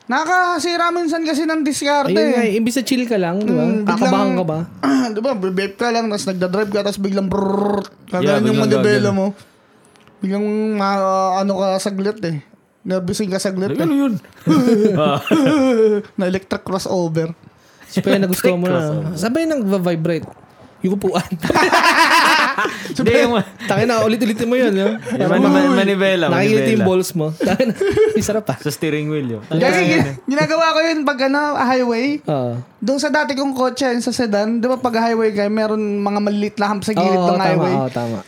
S3: Nakakasira minsan kasi ng diskarte.
S1: Ayun nga,
S3: eh.
S1: eh, imbis na chill ka lang, di ba?
S3: Mm, biglang-
S1: Kakabahan ka ba?
S3: [clears throat] di ba, vape ka lang, tapos nagdadrive ka, tapos biglang brrrr,
S2: Yeah,
S3: kagalan yung
S2: biglang
S3: magabela mo. Biglang ma, ano ka saglit eh. Nabising ka
S2: [laughs]
S3: saglit
S1: Ano
S3: eh.
S2: yun? Oh.
S1: [laughs]
S3: na electric crossover.
S1: Siyempre
S2: [laughs]
S1: na gusto mo na. Sabay nang vibrate yung
S2: [laughs]
S1: upuan.
S2: Hindi, yung,
S1: Tangin na, ulit-ulit mo yun. Yung,
S2: yung mani- mani- manibela,
S1: Nakikita yung
S2: manibela.
S1: balls
S2: [laughs]
S1: mo. Tangin na, isarap pa.
S2: Sa steering wheel yun.
S3: Kasi gin- ginagawa ko yun pag ano, highway.
S2: Ah.
S1: Oo.
S3: Doon sa dati kong kotse, yun sa sedan, di ba pag highway kayo, meron mga maliit na hump sa gilid
S1: Oo,
S3: ng
S1: tama,
S3: highway.
S1: oo, tama.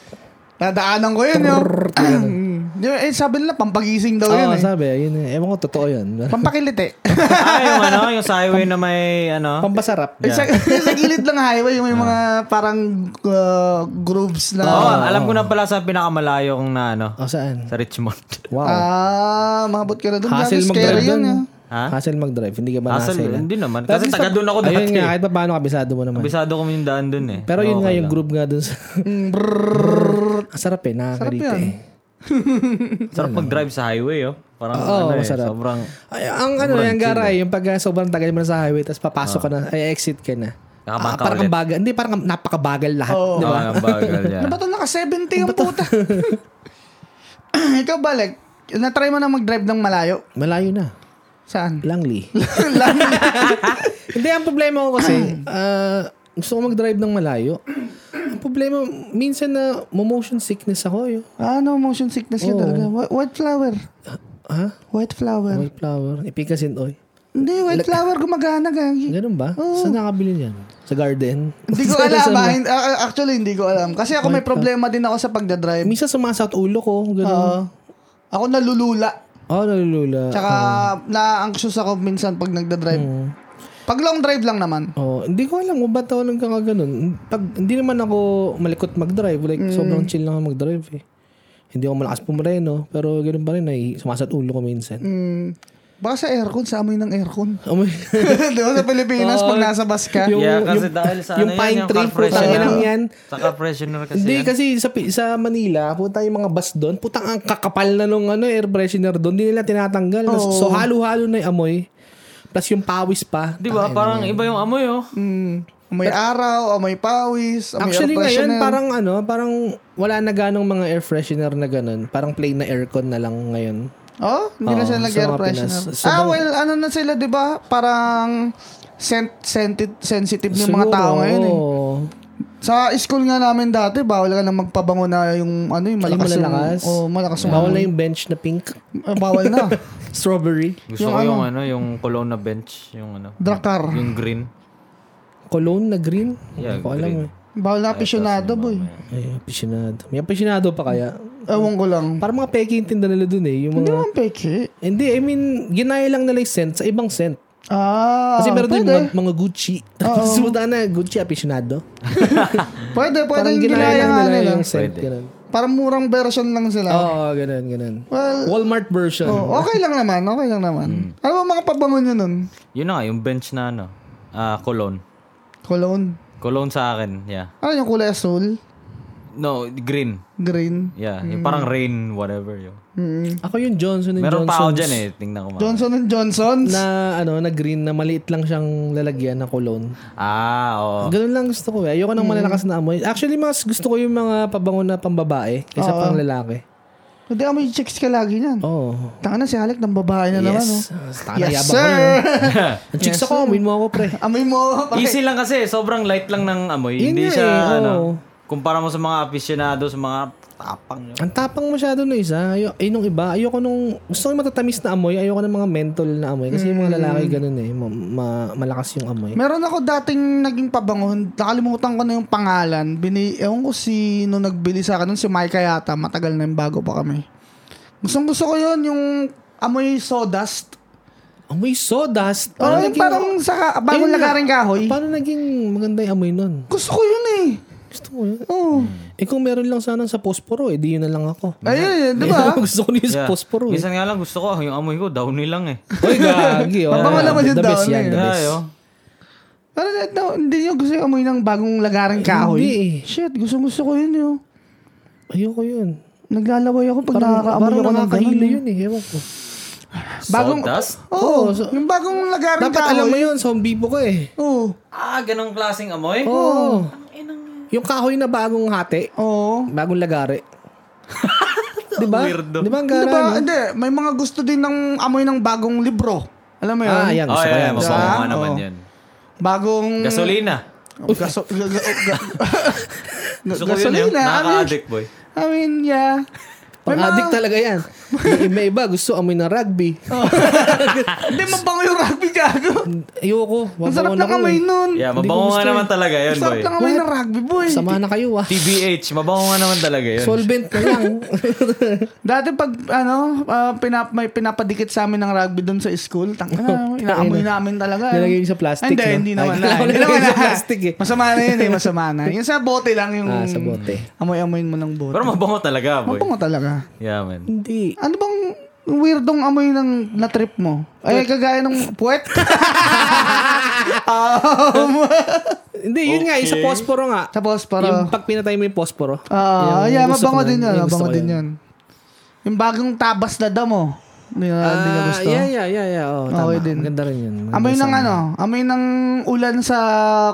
S3: Nadaanan ko yun. Yung, [clears throat] Di ba, eh, sabi nila, pampagising daw
S1: Oo,
S3: yun eh.
S1: sabi, yun eh. Ewan ko, totoo yun.
S3: Pampakiliti.
S2: ah, yung ano, yung sa highway na may ano.
S1: Pampasarap.
S3: Yung sa, yung sa [laughs] gilid ng highway, yung may mga parang uh, grooves na...
S2: Oo,
S1: Oh.
S2: alam ko na pala sa pinakamalayong na ano,
S1: O, saan?
S2: sa Richmond. [laughs]
S1: Wow.
S3: Ah, mahabot ka na doon.
S1: Hassle
S3: Gabi,
S1: mag-drive
S3: scary
S1: doon.
S3: yun. ah.
S2: Ha?
S1: Hassle mag-drive. Hindi ka ba
S2: Hassle,
S1: nahassle?
S2: hindi naman.
S1: Ah, Pero
S2: Kasi
S1: at least
S2: taga
S1: pa-
S2: doon ako dati. eh.
S1: Ayun nga, kahit pa paano, kabisado mo naman.
S2: Bisado ko yung daan dun eh.
S1: Pero yun nga, yung group nga dun sa...
S3: Mm, brrrr.
S1: Ang [laughs] sarap eh, nakakarite
S3: yan.
S1: eh.
S2: Sarap mag-drive sa highway oh. Parang
S1: Oo,
S2: ano eh,
S1: masarap.
S2: sobrang...
S1: Ay, ang ano, yung garay, yung pag uh, sobrang tagal mo na sa highway, tapos papasok ka na, ay, exit ka na.
S2: Nakabangka
S1: Ah, parang
S2: ulit.
S1: bagal. Hindi, parang napakabagal lahat.
S2: Oo,
S1: Di ba?
S2: ang bagal
S1: [laughs]
S2: yan.
S3: Ano ba ito? Naka-70 ang puta. [laughs] Ikaw balik. Na-try mo na mag-drive ng malayo.
S1: Malayo na.
S3: Saan? [laughs]
S1: Langli. Hindi, ang problema ko kasi, ah, gusto ko mag-drive ng malayo. Ang problema, minsan na motion sickness ako. eh. Yung,
S3: ano, motion sickness ka talaga. Wh- White flower.
S1: ha?
S3: White flower.
S1: White flower. Ipikasin, oy.
S3: Hindi, white flower. Gumagana gagi.
S1: Ganun ba? Saan nakabili niyan? Sa garden?
S3: Hindi
S1: [laughs]
S3: ko
S1: Saan-
S3: alam.
S1: saan
S3: ah.
S1: ba?
S3: Hin- ah, Actually, hindi ko alam. Kasi ako may problema din ako sa pagdadrive.
S1: Minsan sumasakit ulo ko. Ganun.
S3: Oo. ako nalulula.
S1: oh, nalulula.
S3: Tsaka na-anxious ako minsan pag nagdadrive.
S1: Mm.
S3: Pag long drive lang naman.
S1: Oh, hindi ko alam kung ba't ako nang ganun. Pag hindi naman ako malikot mag-drive, like sobrang chill lang ako mag-drive eh. Hindi ako malakas pumreno, pero ganun pa rin ay sumasat ulo ko minsan. Oh
S3: Mm. Baka sa aircon, sa amoy ng aircon. [laughs]
S1: Amoy,
S3: Di ba sa Pilipinas, pag nasa bus ka.
S1: yung,
S2: yeah, kasi dahil sa
S1: yung
S2: ano
S1: pine
S2: yan, yung
S1: tree,
S2: car freshener. oh.
S1: putang inang yan.
S2: Sa car freshener kasi
S1: [laughs] Hindi,
S2: yan.
S1: kasi sa, pi- sa Manila, punta yung mga bus doon, putang ang kakapal na nung ano, air freshener doon, hindi nila tinatanggal. So, halo-halo na yung amoy. Plus yung pawis pa.
S2: Di ba? Parang iba yung amoy oh.
S3: Mm. Amoy araw, amoy pawis, amoy
S1: Actually
S3: air
S1: ngayon
S3: freshener.
S1: parang ano, parang wala na ganong mga air freshener na ganun. Parang plain na aircon na lang ngayon.
S3: Oh, hindi na
S1: Oo,
S3: sila
S1: sa
S3: nag-air
S1: mga Pinas.
S3: freshener.
S1: So,
S3: ah,
S1: bang-
S3: well, ano na sila, di ba? Parang sent sensitive, sensitive yung mga tao ngayon eh.
S1: oo.
S3: Sa school nga namin dati, bawal ka na magpabango na yung ano yung malakas yung,
S1: malalakas.
S3: oh, malakas yung
S1: Bawal na yung bench na pink.
S3: Eh, bawal
S1: [laughs]
S3: na.
S1: Strawberry.
S2: Gusto ko yung ano, yung cologne na bench. Yung ano.
S3: Drakar.
S2: Yung green.
S1: Cologne na green.
S2: Yeah,
S1: Hindi ko alam
S2: green.
S1: eh.
S3: Bawal na aficionado, boy.
S1: Ay, aficionado. May aficionado pa kaya?
S3: Ewan ko lang.
S1: Parang mga peke yung tinda nila dun eh. Yung
S3: Hindi
S1: mga...
S3: naman peke.
S1: Hindi, I mean, ginaya lang nila yung scent sa ibang scent.
S3: Ah,
S1: Kasi meron din
S3: pwede.
S1: mga, mga
S3: [laughs]
S1: Gucci. Tapos puta na, Gucci aficionado.
S3: Pwede, pwede
S1: Parang
S3: yung
S1: ginaya
S3: ginaya
S1: lang
S3: nga
S1: nila
S3: nila.
S1: yung Ah. scent. Ganun.
S3: Parang murang version lang sila.
S1: Oo, ganun, ganun.
S3: Well,
S1: Walmart version.
S3: oh, okay lang naman, okay lang naman.
S1: Hmm.
S3: Ano ba mga pabango nyo nun?
S2: Yun na nga, yung bench na ano. Ah, cologne.
S3: Cologne.
S2: Cologne sa akin, yeah.
S3: Ano yung kulay asul?
S2: No, green.
S3: Green.
S2: Yeah, yung parang
S1: Hmm.
S2: rain, whatever yun.
S3: Mm.
S1: Ako yung Johnson and
S2: Meron pa ako
S1: Johnson
S2: dyan eh, tingnan ko mga.
S3: Johnson and Johnson's?
S1: na ano na green na maliit lang siyang lalagyan na cologne.
S2: Ah, oo.
S1: Ganun lang gusto ko eh. Ayoko
S3: Hmm.
S1: ng malalakas na amoy. Actually, mas gusto ko yung mga pabango na pambabae kaysa pang lalaki.
S3: Hindi, amoy chicks ka lagi niyan.
S1: Oo.
S3: Tanga na si Alec ng babae na naman. Oh.
S1: Oh. Yes. Tana,
S3: Yes,
S1: yabang
S3: sir!
S1: ko
S3: [laughs]
S1: yun. Ang chicks ako, amuin mo ako, pre.
S3: amoy mo.
S2: Easy lang kasi, sobrang light lang ng amoy.
S1: Yun
S2: Hindi
S1: nga
S2: siya,
S1: eh,
S2: ano,
S1: oo.
S2: kumpara mo sa mga aficionado, sa mga tapang. yun.
S1: Ang tapang masyado na isa. Ayo, eh, nung iba, ayoko nung... Gusto ko yung matatamis na amoy. Ayoko ng mga mental na amoy. Kasi yung mga
S3: Hmm.
S1: lalaki ganun eh. Ma- ma- malakas yung amoy.
S3: Meron ako dating naging pabango, nakalimutan ko na yung pangalan. Bini, ewan ko sino nagbili sa akin nun, si Micah yata, matagal na yung bago pa kami. Gustong gusto ko yun, yung amoy sawdust.
S1: Amoy sawdust.
S3: Oh, yung
S1: Ah, naging-
S3: parang sa ka-
S1: Ayun
S3: bagong
S1: nga.
S3: lagaring kahoy.
S1: Paano naging maganda yung amoy nun?
S3: Gusto ko yun eh.
S1: Gusto ko yun.
S3: Oo.
S1: Eh kung meron lang sana sa posporo, eh di yun na lang ako.
S3: Ayun, di ba?
S1: gusto ko na yun sa
S2: Yeah.
S1: posporo eh.
S2: Minsan nga lang gusto ko, ah, yung amoy ko, downy lang
S1: [laughs]
S2: eh. oh.
S1: Uy, gagi. Oh.
S3: Mabango naman yung
S1: The best
S3: downy,
S1: yan, the
S3: eh.
S1: best.
S2: Ayo.
S3: Pero eh, no, hindi yun gusto yung amoy ng bagong lagaring kahoy.
S1: Hindi eh.
S3: Shit, gusto gusto ko yun yun.
S1: Ayoko yun.
S3: Naglalaway ako pag
S1: Parang,
S3: nakakaamoy
S1: parang
S3: ako ng ganun.
S1: nakakahilo
S3: eh.
S1: yun eh. Ewan ko.
S3: Bagong,
S2: Sawdust?
S3: Oo, yung bagong lagarin
S1: Dapat
S3: kahoy.
S1: alam mo yun, zombie po ko eh.
S3: Oo.
S2: Ah, ganong klaseng amoy?
S1: Oo. Yung kahoy na bagong hati,
S3: Oo.
S1: bagong
S3: [laughs]
S1: lagari. di ba?
S2: Weirdo.
S1: Di ba ang
S3: Hindi
S1: gara?
S3: ba,
S1: no?
S3: Diba? hindi, may mga gusto din ng amoy ng bagong libro. Alam mo yun?
S1: Ah, yan.
S2: Oh,
S1: Gusto ko
S2: yeah,
S1: yan.
S2: yeah, mabango nga
S3: Ah,
S2: naman
S3: oh.
S2: yan.
S1: Mm.
S3: Bagong... Oh,
S2: Gasolina.
S3: Gaso, ga, ga, ga,
S1: [laughs]
S2: Gusto ko
S1: eh.
S2: yun yun.
S3: gasolina. I mean,
S2: Nakaka-addict, boy.
S3: I mean, yeah. May mga-
S1: Pang-addict talaga yan. Yung Iba-iba, gusto amoy ng rugby.
S3: Oh. Hindi, mabango yung rugby gago.
S1: [laughs] Ayoko.
S3: Ang
S1: Mabango na
S3: sarap ng
S1: ako
S3: amoy
S1: eh.
S3: nun.
S2: Yeah,
S1: Hindi ko
S2: mabango nga
S1: gusto
S2: naman
S1: eh.
S2: talaga yun,
S3: Ang
S2: boy.
S3: sarap ng amoy ng rugby, boy.
S1: Sama na kayo ah.
S2: TBH, mabango nga naman talaga yun.
S1: Solvent na lang.
S3: [laughs] Dati pag ano, ah, pinap, may pinapadikit sa amin ng rugby doon sa school, tang
S1: [laughs]
S3: na, inaamoy namin talaga. eh.
S1: Nilagay yun sa plastic, no?
S3: Hindi, hindi naman.
S1: [laughs] Ay,
S3: na,
S1: kailangan
S3: hindi
S1: nilagay
S3: naman
S1: sa
S3: na.
S1: plastic, eh.
S3: Masama na yun eh, masama na. Yung sa bote lang yung...
S1: Ah, sa bote.
S3: Amoy-amoyin mo ng bote.
S2: Pero mabango talaga, boy.
S3: Mabango talaga.
S2: Yeah, man.
S1: Hindi.
S3: Ano bang weirdong amoy ng na-trip mo? Ay, kagaya ng
S1: [laughs]
S3: puwet? um,
S1: Hindi, yun nga. Isa posporo nga.
S3: tapos
S1: Yung
S3: para...
S1: pag pinatay mo yung posporo.
S3: Ah,
S1: Yung
S3: yeah,
S1: gusto ko
S3: mabango din yun.
S1: Yung gusto
S3: Mabango
S1: ko
S3: din yun. Yung bagong tabas na damo. Hindi na, hindi na
S1: Ah,
S3: gusto.
S1: yeah, yeah, yeah, yeah. Oh, tama.
S3: Okay din.
S1: Maganda rin yun. Maganda
S3: Amoy ng
S1: sa-
S3: ano? Amoy ng ulan sa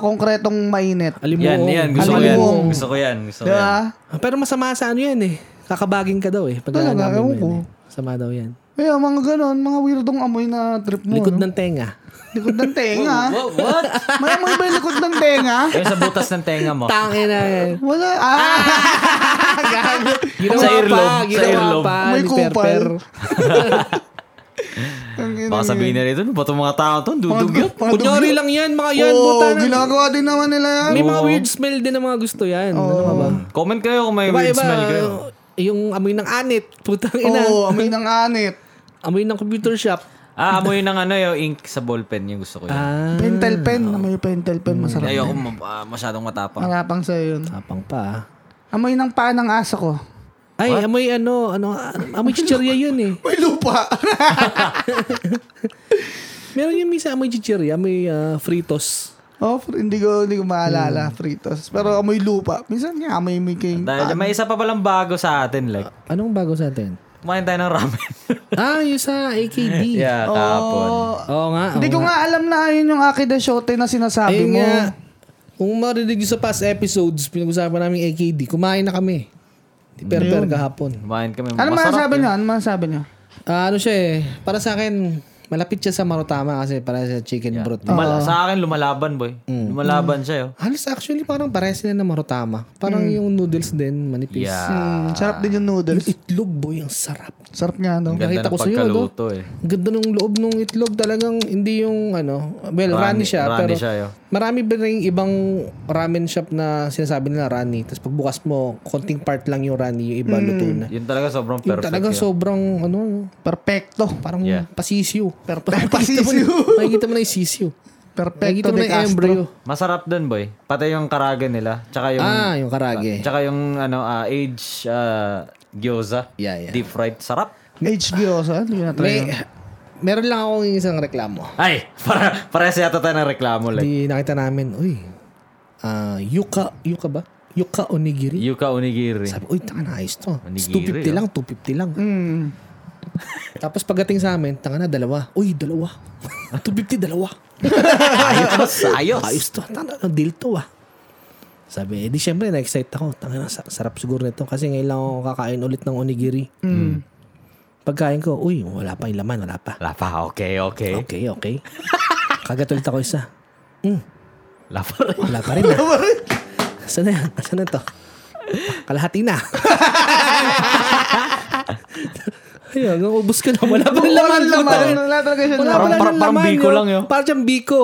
S3: konkretong mainit. Diba?
S1: Alimuong.
S2: Yan, yan. Gusto
S1: Ano?
S2: ko yan.
S3: Alimuong.
S2: Gusto ko yan. Gusto ko
S3: Di
S2: yan.
S3: ba?
S1: Ah, Pero masama sa ano yan eh. Kakabaging ka daw eh. Pag
S3: Talaga,
S1: nalaman mo
S3: ewan ko. Ano
S1: yan eh. Sama daw yan.
S3: Kaya mga ganon, mga weirdong amoy na trip mo.
S1: Likod
S3: no?
S1: ng tenga. [laughs]
S3: likod ng tenga.
S2: Wha- What?
S3: May amoy ba yung likod ng tenga?
S2: Yung sa butas ng tenga mo.
S1: Tangin na
S2: [laughs]
S1: yan. [laughs]
S3: Wala. Ah!
S1: Ginawa
S2: Sa
S1: pa,
S2: earlobe, sa
S1: ginawa
S2: earlobe.
S1: pa.
S3: May
S1: ni Perper.
S3: kupal. Ang ina
S2: Baka
S3: niya.
S2: sabihin na rito, ano ba itong mga tao to? Dudugyot.
S3: Mga
S1: Kunyari
S3: dugyo.
S1: lang yan, mga yan.
S3: Oo,
S1: buta na.
S3: ginagawa din naman nila yan.
S1: May mga weird smell din ng mga gusto yan. Ano nga ba?
S2: Comment kayo kung may
S1: Iba,
S2: weird
S1: iba,
S2: smell kayo.
S1: yung amoy ng anit, putang
S3: Oo,
S1: ina.
S3: amoy ng anit.
S1: Amoy ng computer shop.
S2: Ah, amoy ng ano yung ink sa ballpen. Yung gusto ko yun.
S1: Ah, Hmm.
S3: Pentel pen, amoy pentel pen, masarap.
S2: Ayoko ma- ah, masyadong matapang.
S3: Marapang sa'yo yun.
S1: tapang pa. ah.
S3: Amoy ng paa ng asa ko.
S1: Ay, amoy ano, ano, amoy chichirya yun
S2: [laughs]
S1: eh.
S3: May lupa.
S1: Meron yung misa amoy chichirya, may ah, fritos.
S3: Oh, fr- hindi ko hindi ko maalala
S1: Hmm.
S3: fritos. Pero amoy lupa. Minsan nga amoy may king.
S2: Dahil may isa pa palang bago sa atin. Like,
S1: Anong bago sa atin?
S2: kumain tayo ng ramen.
S1: ah, yung sa AKB.
S2: [laughs] yeah, tapon.
S1: Oo nga.
S3: Hindi ko nga alam na yun yung Akida Shote na sinasabi
S1: Ayun
S3: mo.
S1: nga, kung marinig nyo sa past episodes, pinag-usapan namin AKD, kumain na kami. Di per-per kahapon.
S2: Kumain kami.
S3: Ano
S2: Masarap.
S3: masasabi niyo? Ano masasabi niyo?
S1: Ah, ano siya eh, para sa akin, malapit siya sa Marutama kasi para sa chicken broth.
S2: Lumal- sa akin, lumalaban, boy. Lumalaban siya, oh. yo.
S1: Halos actually parang pares sila ng Marutama. Parang yung noodles din, manipis.
S2: Hmm. Yeah.
S3: Hmm, sarap din yung noodles.
S1: Itlog boy, ang sarap.
S3: Sarap nga, no?
S2: Ang Ganda
S1: nakita
S2: ng
S1: ko sa'yo,
S2: pagkaluto, eh.
S1: Ang Ganda ng loob ng itlog talagang hindi yung ano, well,
S2: Rani-
S1: rani, siya.
S2: rani
S1: pero
S2: siya, yo.
S1: marami ba rin ibang ramen shop na sinasabi nila rani. Tapos pagbukas mo, konting part lang yung rani, yung iba
S3: Mm.
S1: luto na.
S2: Yun talaga sobrang
S1: Yung
S2: perfect.
S1: talagang sobrang ano,
S3: Perfecto.
S1: parang
S2: Yeah.
S1: pasisyo.
S3: Perfecto.
S1: Makikita mo na-
S3: Pasisyo. [laughs]
S1: Makikita mo na yung sisyo.
S3: Perfecto
S1: Makikita mo
S3: de
S1: na yung
S3: Castro.
S1: embryo.
S2: Masarap dun, boy. Pati yung karage nila. Tsaka yung,
S1: Ah, yung karage.
S2: tsaka yung ano, ah, age ah, gyoza.
S1: Yeah, yeah.
S2: Deep fried. Sarap.
S3: HBO, sa? Hindi ko na-try.
S1: May,
S3: yun.
S1: meron lang akong isang reklamo.
S2: Ay, [laughs] para, para sa yata tayo ng reklamo. Like,
S1: Di nakita namin, uy, ah, yuka, yuka ba? Yuka onigiri.
S2: yuka onigiri.
S1: Sabi, uy, taka na, ayos to.
S2: Onigiri,
S1: 250
S2: oh.
S1: lang, 250 lang.
S3: Hmm.
S1: Tapos pagdating sa amin, taka na, dalawa. Uy, dalawa. [laughs] 250, dalawa.
S2: ayos, [laughs] ayos.
S1: Ayos to. Taka na, deal to ah. Sabi, eh di syempre, na-excite ako. Taka na, sa- sarap siguro nito. Kasi ngayon lang ako kakain ulit ng onigiri. Pagkain ko, uy, wala pa yung laman, wala pa.
S2: Lapa, okay, okay.
S1: Okay, okay. [laughs] Kagat ulit ako isa.
S2: Lapa rin.
S1: Wala pa rin ah. Saan na yan? Saan na to? Kalahati
S2: [laughs]
S1: na. Ayun, ang ubus ka na. [laughs] Wala pa rin laman.
S3: Walang
S1: Wala
S3: laman. Wala talaga siya.
S1: Wala pa
S3: laman.
S2: Parang-
S1: rin
S2: parang- parang
S1: laman.
S2: biko
S1: yo.
S2: lang, yo.
S1: Parang siyang biko.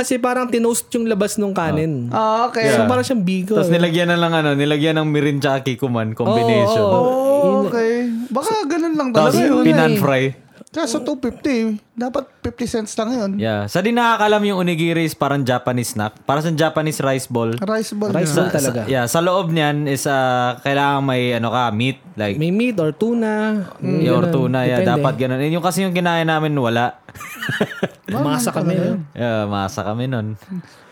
S1: Kasi parang tinoast yung labas nung kanin.
S3: Ah, okay.
S1: So parang siyang biko.
S2: Tapos nilagyan na lang ano, nilagyan ng mirin tsaka kikuman combination.
S1: Oo, eh. oo, oo.
S3: Oh, okay. Baka ganun lang
S2: Tapos
S3: talaga yun.
S2: pinan fry.
S3: Kaso 250, dapat 50 cents lang yun.
S2: Yeah. Sa di nakakalam yung onigiri is parang Japanese snack. Para sa Japanese rice ball.
S3: Rice ball.
S1: Rice
S3: na.
S1: ball talaga.
S2: Sa, yeah, sa loob niyan is ah, kailangan may ano ka, meat. Like,
S1: May meat or tuna. Mm,
S2: your tuna. Yeah,
S1: Depende.
S2: dapat ganun. Yun yung kasi yung kinain namin,
S1: [laughs]
S2: wala.
S1: Masa kami. yo.
S2: yeah, masa kami nun.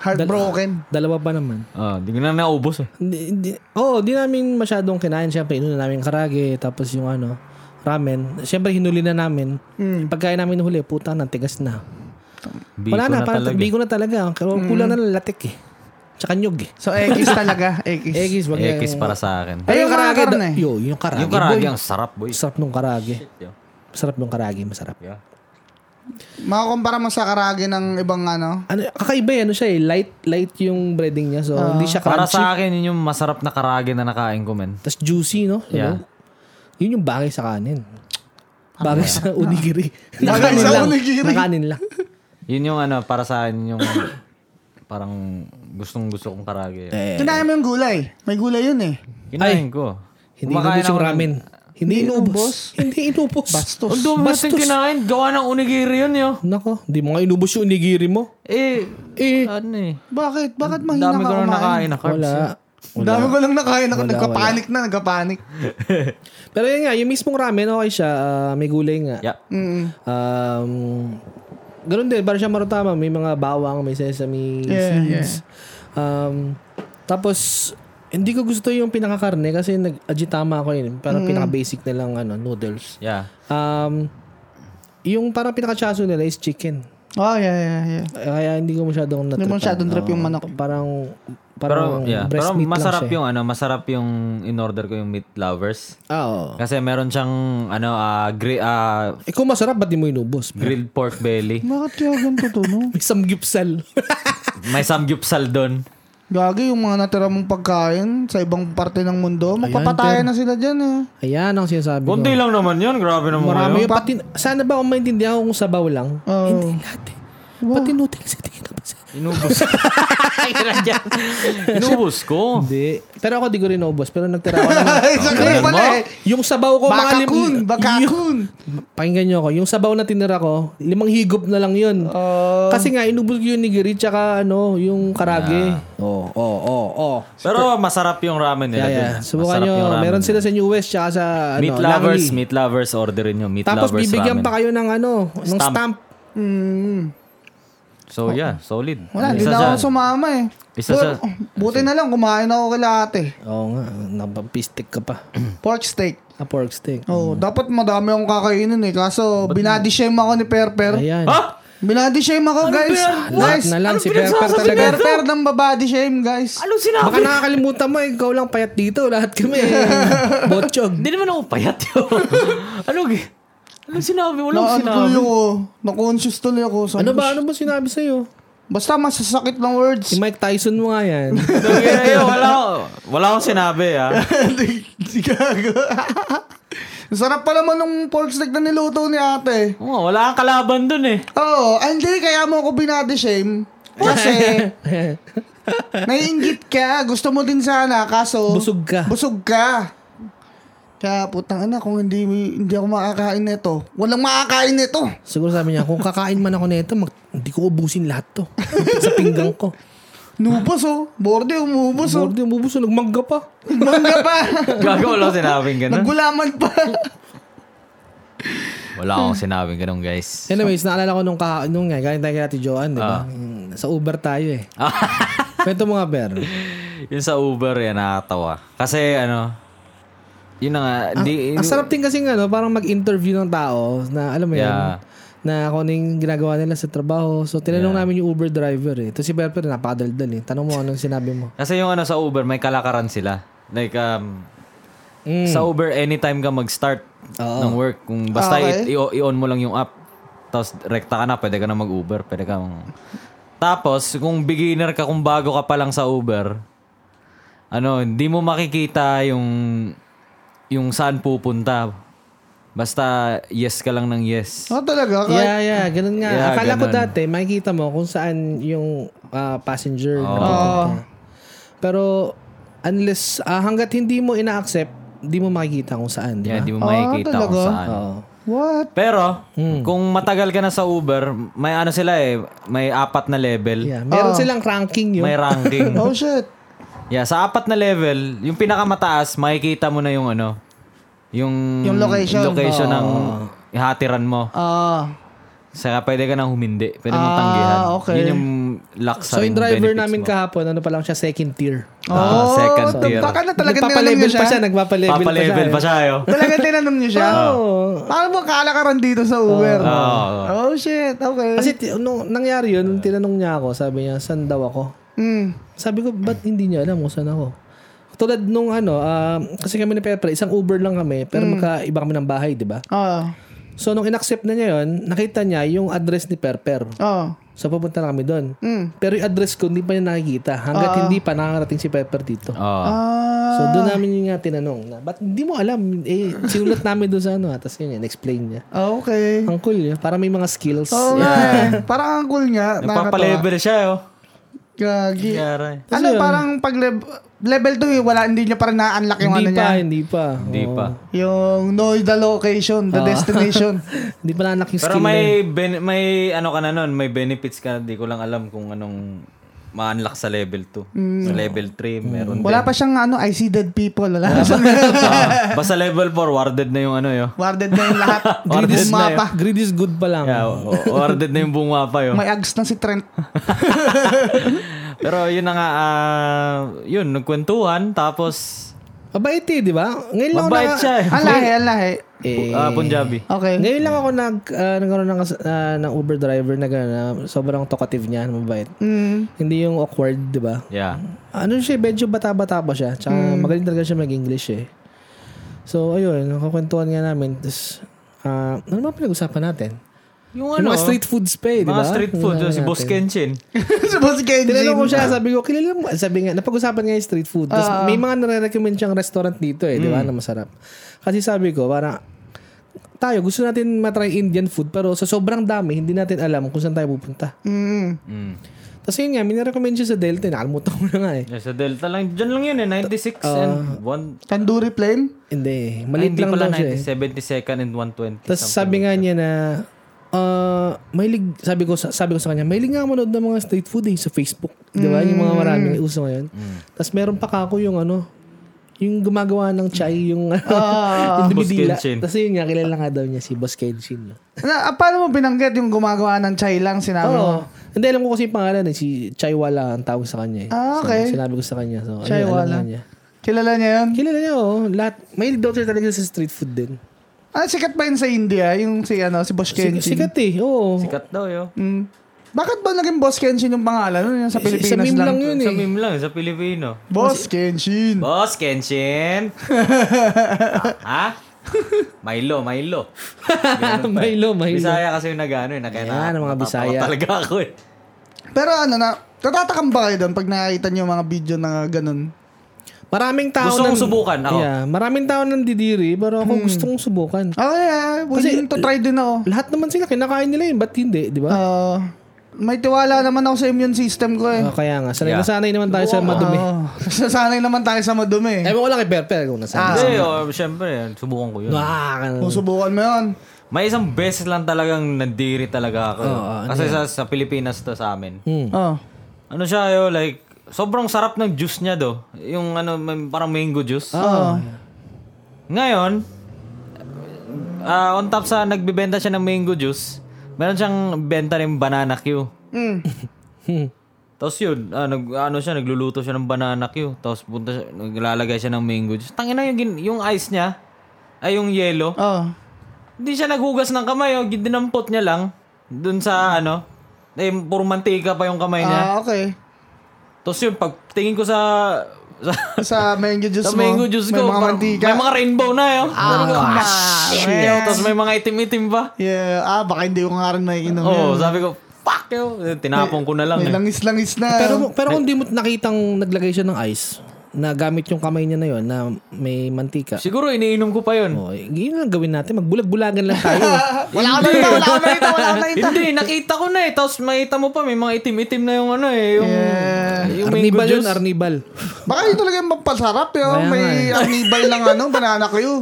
S3: Heartbroken.
S1: Dalawa pa naman.
S2: Oh, di ko na naubos eh.
S1: Hindi, hindi, oh, di namin masyadong kinain. Siyempre, inuna namin karage, tapos yung ano, ramen. Siyempre, hinuli na namin.
S3: Mm.
S1: Pagkain namin huli, puta na, tigas na.
S2: Biko
S1: Wala na, parang
S2: talaga.
S1: bigo na talaga. Pero kulang na lang latik eh. Tsaka nyug eh.
S3: So, X talaga. X.
S1: Eggies, wag
S2: Eh,
S1: yan.
S2: kiss para sa akin.
S3: Ay, yung mga
S1: karage,
S3: karne.
S1: da- Yo, yung karage.
S2: Yung karagi,
S1: boy.
S2: ang sarap, boy.
S1: Sarap nung karage.
S2: Yo.
S1: Sarap nung karage, masarap.
S2: Yeah.
S3: Makakumpara mo sa karage ng ibang ano.
S1: Ano, kakaiba eh, ano siya eh, light light yung breading niya. So, hindi siya
S2: Para
S1: crunchy.
S2: sa akin, yun yung masarap na karagi na nakain ko, men.
S1: Tapos juicy, no? Ano?
S2: Yeah.
S1: Yun yung bagay sa kanin. Bagay sa unigiri.
S3: Bagay
S1: Nakanin
S3: sa
S1: lang.
S3: unigiri.
S1: Nakanin lang.
S2: Yun yung ano, para sa akin, yung parang gustong gusto kong
S1: Eh,
S2: karagi.
S3: Kinain mo yung gulay. May gulay yun eh.
S2: Kinain ko.
S1: Hindi inubos yung ramen. Hindi inubos. Hindi inubos.
S3: Bastos.
S2: Ang dumi natin kinain. Gawa ng unigiri yun, yo.
S1: Nako, di mo nga inubos yung unigiri mo.
S2: Eh,
S1: Eh,
S2: ano eh.
S3: Bakit? Bakit mahina
S2: Dami ko
S3: ka
S2: na
S3: kumain?
S2: nakain na carbs.
S1: wala.
S3: Dami ko lang nakain. Ako
S1: Wala,
S3: nagkapanik na, nagkapanik.
S1: Pero yun nga, yung mismong ramen, okay siya. Ah, may gulay nga.
S2: Yeah.
S3: Mm.
S1: Um, ganun din, parang siya marutama. May mga bawang, may sesame
S3: Yeah,
S1: seeds. Um, tapos, hindi ko gusto yung pinakakarne kasi nag-ajitama ako yun. Parang
S3: Mm.
S1: pinaka-basic nilang ano, noodles.
S2: Yeah.
S1: Um, yung parang pinaka-chaso nila is chicken.
S3: Oh, yeah, yeah, yeah.
S1: Kaya hindi ko masyadong natripan.
S3: Hindi mo masyadong trip
S1: oh.
S3: yung manok.
S1: Parang,
S2: Pero,
S1: parang
S2: yeah.
S1: breast
S2: Pero
S1: meat lang
S2: masarap
S1: siya.
S2: yung ano, masarap yung in-order ko yung meat lovers.
S1: Oo.
S3: Oh.
S2: Kasi meron siyang ano, ah, gri- ah,
S1: Eh kung masarap, ba't di mo inubos?
S2: grilled pork belly.
S3: Bakit kaya ganito to, no?
S1: May samgyupsal. [laughs]
S2: May samgyupsal doon.
S3: Gagi yung mga natira mong pagkain sa ibang parte ng mundo. Magpapatayan na sila dyan eh.
S1: Ayan ang sinasabi ko.
S2: Kunti lang naman yun. Grabe naman.
S1: Marami yung
S2: yun.
S1: pati, sana ba kung maintindihan ko kung sabaw lang?
S3: Oo.
S1: Hindi lahat eh. Pati noodles, hindi ko nabasa.
S2: Inubos. Inubos ko.
S1: Hindi. Pero ako di ko rin naubos, pero nagtira ako
S3: [laughs]
S1: naman.
S3: [laughs] Ay, sa ganun pala eh.
S1: yung sabaw ko, mga lim-
S3: Bakakun, bakakun.
S1: Pakinggan nyo ako, yung sabaw na tinira ko, limang higop na lang yun.
S3: Oo.
S1: Kasi nga, inubos ko yung nigiri, tsaka ano, yung karage. Oo,
S2: Oh,
S1: oo, oo, oo.
S2: Pero masarap yung ramen
S1: Yeah,
S2: nila. dun.
S1: yeah. Subukan
S2: Masarap
S1: nyo.
S2: yung ramen.
S1: Meron sila sa New West, tsaka sa ano,
S2: Meat lovers,
S1: Langley.
S2: meat lovers, orderin nyo. Meat
S1: Tapos
S2: lovers
S1: bibigyan
S2: ramen.
S1: pa kayo ng ano, ng
S2: Stamp.
S1: stamp.
S3: Mm.
S2: So yeah, solid.
S3: Wala, hindi
S2: Isa
S3: na ako
S2: dyan.
S3: sumama eh.
S2: Isa
S3: Pero,
S2: siya.
S3: oh, Buti na lang, kumain ako kay ate.
S1: Oo nga, napapistik ka pa. [clears throat]
S3: Pork steak.
S1: Na pork steak.
S3: Oh, dapat madami akong kakainin eh. Kaso, binadi shame ako ni Perper.
S1: Ayan.
S2: Ha?
S3: Binadi shame ako, guys.
S1: Lahat
S3: Guys,
S1: na lang, si
S2: pinagsasabi
S1: Perper
S3: si
S1: talaga.
S3: Perper ng babadi shame, guys.
S2: Anong sinabi?
S1: Baka nakakalimutan mo, eh, ikaw lang payat dito. Lahat kami. [laughs] eh. Botchog.
S2: Hindi naman ako payat yun.
S1: [laughs]
S2: anong, anong sinabi? Walang
S3: Na, ano
S2: sinabi.
S3: tuloy ako. Na-conscious tuloy ako. Sabi
S1: Ano
S3: ko,
S1: ba? Ano ba sinabi sa'yo?
S3: Basta masasakit ng words.
S1: Si Mike Tyson mo nga [laughs] yan.
S2: Tangina yun, eh, wala, ako- wala akong sinabi ah.
S3: Hindi gago. Ang [laughs] Sarap pala mo nung pork steak na niluto ni ate.
S2: [laughs] Oo, wala kang kalaban dun eh.
S3: Oo, oh, hindi kaya mo ako binadishame. Kasi,
S1: [laughs]
S3: naiingit ka. Gusto mo din sana, kaso...
S1: Busog ka.
S3: Busog ka. Kaya putang ina, kung hindi, hindi ako makakain nito, walang makakain nito.
S1: Siguro sabi niya, kung kakain man ako nito, mag- hindi ko ubusin lahat to. [laughs] Sa pinggang ko.
S3: Nubos oh. Borde, umubos oh.
S1: Lord, yung bubusin, nagmangga pa.
S3: Mangga pa.
S2: Gago, wala akong sinabing ganun.
S3: Naggulaman pa.
S2: Wala akong sinabing ganun, guys.
S1: Anyways, naalala ko nung, ka- nung nga, galing tayo kay Ate Joanne, di ba? Mm, Sa Uber tayo eh. [laughs] Kwento mo nga, Per.
S2: Yun sa Uber, yan nakakatawa. Kasi ano, yun na nga, di,
S1: Ang sarap din kasi ano, parang mag-interview ng tao na alam mo
S2: Yeah.
S1: yan, na kung ano yung ginagawa nila sa trabaho. So, tinanong namin yung Uber driver eh. Tapos si Perper, napadaldal eh. Tanong mo anong sinabi
S2: [laughs]
S1: mo.
S2: kasi yung ano sa Uber, may kalakaran sila. Like, um,
S3: Mm.
S2: sa Uber, anytime ka mag-start ng work, kung basta
S3: Ah,
S2: i-
S3: Okay.
S2: i- i-on mo lang yung app, tapos rekta ka na, pwede ka na mag-Uber, pwede ka Tapos, kung beginner ka, kung bago ka pa lang sa Uber, ano, hindi mo makikita yung yung saan pupunta. Basta yes ka lang ng yes.
S3: Oh, talaga. Kahit
S1: Yeah, yeah. Ganun nga.
S2: Yeah,
S1: Akala ko
S2: ganun.
S1: dati, makikita mo kung saan yung ah, passenger na
S2: Oo.
S1: pupunta. Pero, unless, ah, hanggat hindi mo ina-accept, hindi mo makikita kung saan, di ba?
S2: Yeah, hindi mo
S3: Ah,
S2: makikita kung
S3: talaga?
S2: saan.
S1: Oo.
S3: What?
S2: Pero,
S3: Hmm.
S2: kung matagal ka na sa Uber, may ano sila eh, may apat na level,
S1: Yeah. Meron silang ranking yun.
S2: may ranking.
S3: [laughs] Oh, shit.
S2: yeah, sa apat na level, yung pinakamataas, makikita mo na yung ano, yung,
S3: Yung location.
S2: location ng hatiran mo.
S3: Ah.
S2: Saka pwede ka nang humindi, pwede mong tanggihan.
S3: Ah, okay.
S2: Yun yung luck sa
S1: So yung
S2: rin
S1: driver
S2: benefits
S1: namin
S2: mo.
S1: kahapon, ano pa lang siya, second tier.
S2: Ah, second
S3: so,
S2: tier.
S3: Baka Oh, na talaga tinanong
S1: Nagpapalevel pa
S3: niya siya. eh.
S1: siya, nagpapalevel pa siya. eh.
S2: Papalevel pa siya, oh.
S3: [laughs]
S2: yo.
S3: Talaga tinanong niya siya.
S1: Oo.
S3: Parang makakala ka rin dito sa Uber.
S2: Oo.
S3: Oh, shit. Okay.
S1: Kasi ti- nung nangyari yun, nung tinanong niya ako, sabi niya, saan daw ako?
S3: Mm.
S1: Sabi ko, ba't hindi niya alam kung saan ako? Tulad nung ano, ah, kasi kami ni Pepper, isang Uber lang kami, pero
S3: Mm.
S1: magkaiba kami ng bahay, di ba?
S3: Oo.
S1: So, nung inaccept na niya yun, nakita niya yung address ni Perper.
S3: Oo.
S1: So, pupunta na kami doon.
S3: Mm.
S1: Pero yung address ko, hindi pa niya nakikita. Hanggat hindi pa nakakarating si Pepper dito.
S2: Oo.
S3: Ah.
S1: So, doon namin yung nga tinanong na, ba't hindi mo alam? Eh, sinulat namin doon sa ano. Tapos yun, yun, explain niya.
S3: okay.
S1: Ang cool yun. Para may mga skills.
S3: Oo nga eh. Parang ang cool nga. Nakakatawa.
S2: Nagpapalevel siya, oh. yo.
S3: Gagi.
S2: Yara.
S3: Ano, parang pag lev- level 2 eh, wala, hindi niya parang na-unlock yung
S1: hindi
S3: ano
S1: pa,
S3: niya.
S1: hindi pa.
S2: Hindi
S1: Oo.
S2: pa.
S3: Oh. Yung know the location, the destination.
S1: Hindi pa nanak yung
S2: Pero
S1: skill na yun.
S2: may ben- may ano ka na nun, may benefits ka, di ko lang alam kung anong ma-unlock sa level 2.
S1: Mm.
S2: Sa level 3, meron din.
S3: Wala pa siyang ano, I see dead people. Wala pa siyang
S2: Ah, basta level 4, warded na yung ano, yo.
S3: [laughs] Warded na yung lahat.
S1: Greed
S3: Yung
S1: is,
S3: mapa.
S1: greed is good pa lang.
S2: Yeah, o- warded na yung buong mapa, yo.
S3: May ags na si Trent.
S2: [laughs] Pero yun na nga, ah, yun, nagkwentuhan, tapos,
S1: Mabait eh, di ba? Ngayon lang, ako
S2: mabait
S1: na-
S2: siya, eh.
S3: Ang lahi, ang lahi.
S2: Pu- ah, Punjabi.
S3: Okay.
S1: Ngayon lang ako nag, ah, nagkaroon ng, kas- ah, ng Uber driver na gano'n. na Sobrang talkative niya, mabait.
S3: Mm.
S1: Hindi yung awkward, di ba?
S2: Yeah.
S1: Ano siya, medyo bata-bata pa siya. Tsaka
S3: Mm.
S1: magaling talaga siya mag-English eh. So, ayun, kakwentuhan nga namin. Tapos, ah, ano ba pinag-usapan natin?
S2: Yung
S1: Yung
S2: ano,
S1: mga street foods pa eh, di ba?
S2: mga street food,
S1: Yung
S2: si
S1: natin.
S2: Boss
S1: [laughs]
S2: Kenshin.
S3: si Boss
S1: Tinanong
S3: Kenjin.
S1: ko siya, sabi ko, kilala mo, sabi nga, napag-usapan nga yung street food. Tapos may mga nare-recommend siyang restaurant dito eh, di
S2: Mm.
S1: ba, na masarap. Kasi sabi ko, para tayo, gusto natin matry Indian food, pero sa sobrang dami, hindi natin alam kung saan tayo pupunta.
S3: Mm.
S2: Mm.
S1: Tapos yun nga, minarecommend siya sa Delta, nakalimutan ko na nga eh.
S2: Yeah, sa Delta lang, dyan lang yun eh, 96 and 1,
S3: Tandoori plane?
S1: Hindi, eh, Ah,
S2: Ay,
S1: maliit
S2: hindi
S1: lang daw
S2: pala
S1: siya eh.
S2: 90, 72nd and 120.
S1: Tapos sabi nga niya na, ah, mahilig, sabi ko, sa- sabi ko sa kanya, mahilig nga ako manood ng mga street food eh, sa Facebook. Di ba? Yung
S3: Mm.
S1: mga maraming uso ngayon. Tapos meron pa kako yung ano, yung gumagawa ng chai,
S3: Ah,
S1: [laughs] yung, yung
S2: Boss
S1: dumidila.
S2: Kenshin.
S1: Tapos yun nga, kilala nga daw niya si Boss Kenshin. No?
S3: Na, ah, paano mo binanggit yung gumagawa ng chai lang sinabi mo?
S1: Oo. Hindi, alam ko kasi yung pangalan eh, si Chaiwala ang tawag sa kanya eh.
S3: Ah, okay.
S1: So, sinabi ko sa kanya. So, ayun, alam
S3: Chaiwala.
S1: na niya.
S3: Kilala niya yun?
S1: Kilala niya, oh. Lahat, mahilig daw siya talaga sa street food din.
S3: Ah, sikat ba yun sa India? Yung si, ano, si Boss Kenshin?
S1: Sikat eh, oo.
S2: Sikat daw yun.
S3: Mm. Bakit ba naging Boss Kenshin yung pangalan? Ano yun?
S1: Sa
S3: Sa Pilipinas
S1: Eh, meme
S3: lang.
S1: lang yun
S2: Sa
S1: eh.
S2: meme lang, sa Pilipino.
S3: Boss Kenshin.
S2: Boss
S1: [laughs]
S2: Kenshin! ha? Milo,
S1: [laughs]
S2: Milo. Ganun pa eh.
S1: Milo, Milo.
S2: Bisaya kasi yung nag-ano eh, nakita.
S1: Ayan, ang mga
S2: natatawa
S1: Bisaya.
S2: talaga ako eh.
S3: Pero ano na, natatakam ba kayo doon pag nakakita niyo yung mga video na ganun?
S1: Maraming tao
S2: Gusto kong subukan, ako.
S1: Yeah, maraming tao nang didiri pero ako gusto kong subukan.
S3: Oh yeah, willing to try din ako.
S1: Lahat naman sila kinakain nila yun, ba't hindi, di ba?
S3: Ah, may tiwala naman ako sa immune system ko eh.
S1: Oh, kaya nga, sanay
S2: Yeah.
S1: nasanay naman tayo sa madumi.
S3: [laughs] Oh, sasanay naman tayo sa madumi.
S1: Ewan ko lang kay Perper kung nasanay.
S2: Hindi, oh, syempre, subukan ko yun.
S1: Ah, ka na.
S3: Kung subukan mo yun.
S2: May isang beses lang talagang nandiri talaga ako.
S1: Oo, ano
S2: kasi sa, sa Pilipinas to sa amin.
S3: Oh.
S2: Ano siya yo, like, sobrang sarap ng juice niya do. Yung ano, may- parang mango juice.
S3: Oh.
S2: Ngayon, ah, on top sa nagbebenta siya ng mango juice, meron siyang benta ng banana Q. [laughs]
S3: Mm.
S2: Tapos yun, ah, nag, ano siya, nagluluto siya ng banana Q. Tapos punta siya, naglalagay siya ng mango juice. Tangina yung, gin- yung ice niya, ay yung yellow.
S3: Oh.
S2: Hindi siya naghugas ng kamay, oh. dinampot niya lang. Dun sa ano, eh, puro mantika pa yung kamay niya.
S3: Ah, okay.
S2: Tapos yun, pag tingin ko sa... Sa,
S3: Sa mango juice
S2: sa
S3: mo,
S2: mango juice
S3: may
S2: ko,
S3: mga
S2: parang-
S3: mantika.
S2: may mga rainbow na eh, yun.
S3: Ah, man.
S2: oh, Tapos may mga itim-itim pa.
S3: Yeah, ah, baka hindi ko nga rin may inom
S2: Oo, oh,
S3: yun.
S2: sabi ko, fuck you. Eh, Tinapon ko na lang.
S3: May
S2: Eh.
S3: langis-langis na.
S1: Pero pero kung di mo nakitang naglagay siya ng ice, na gamit yung kamay niya na yon na may mantika.
S2: Siguro iniinom ko pa yun.
S1: Oh, eh, yun lang gawin natin, magbulag-bulagan lang tayo.
S3: wala ko nakita, wala ko nakita, wala ko
S2: [laughs]
S3: nakita.
S2: Hindi, nakita ko na eh. Tapos makita mo pa, may mga itim-itim na yung ano eh. Yung,
S3: Yeah.
S2: yung mango
S1: Arnibal yun,
S2: juice.
S1: Arnibal.
S3: Baka yun talaga yung magpasarap yun.
S1: Kaya
S3: May
S2: eh.
S3: amibay lang ano, banana kayo.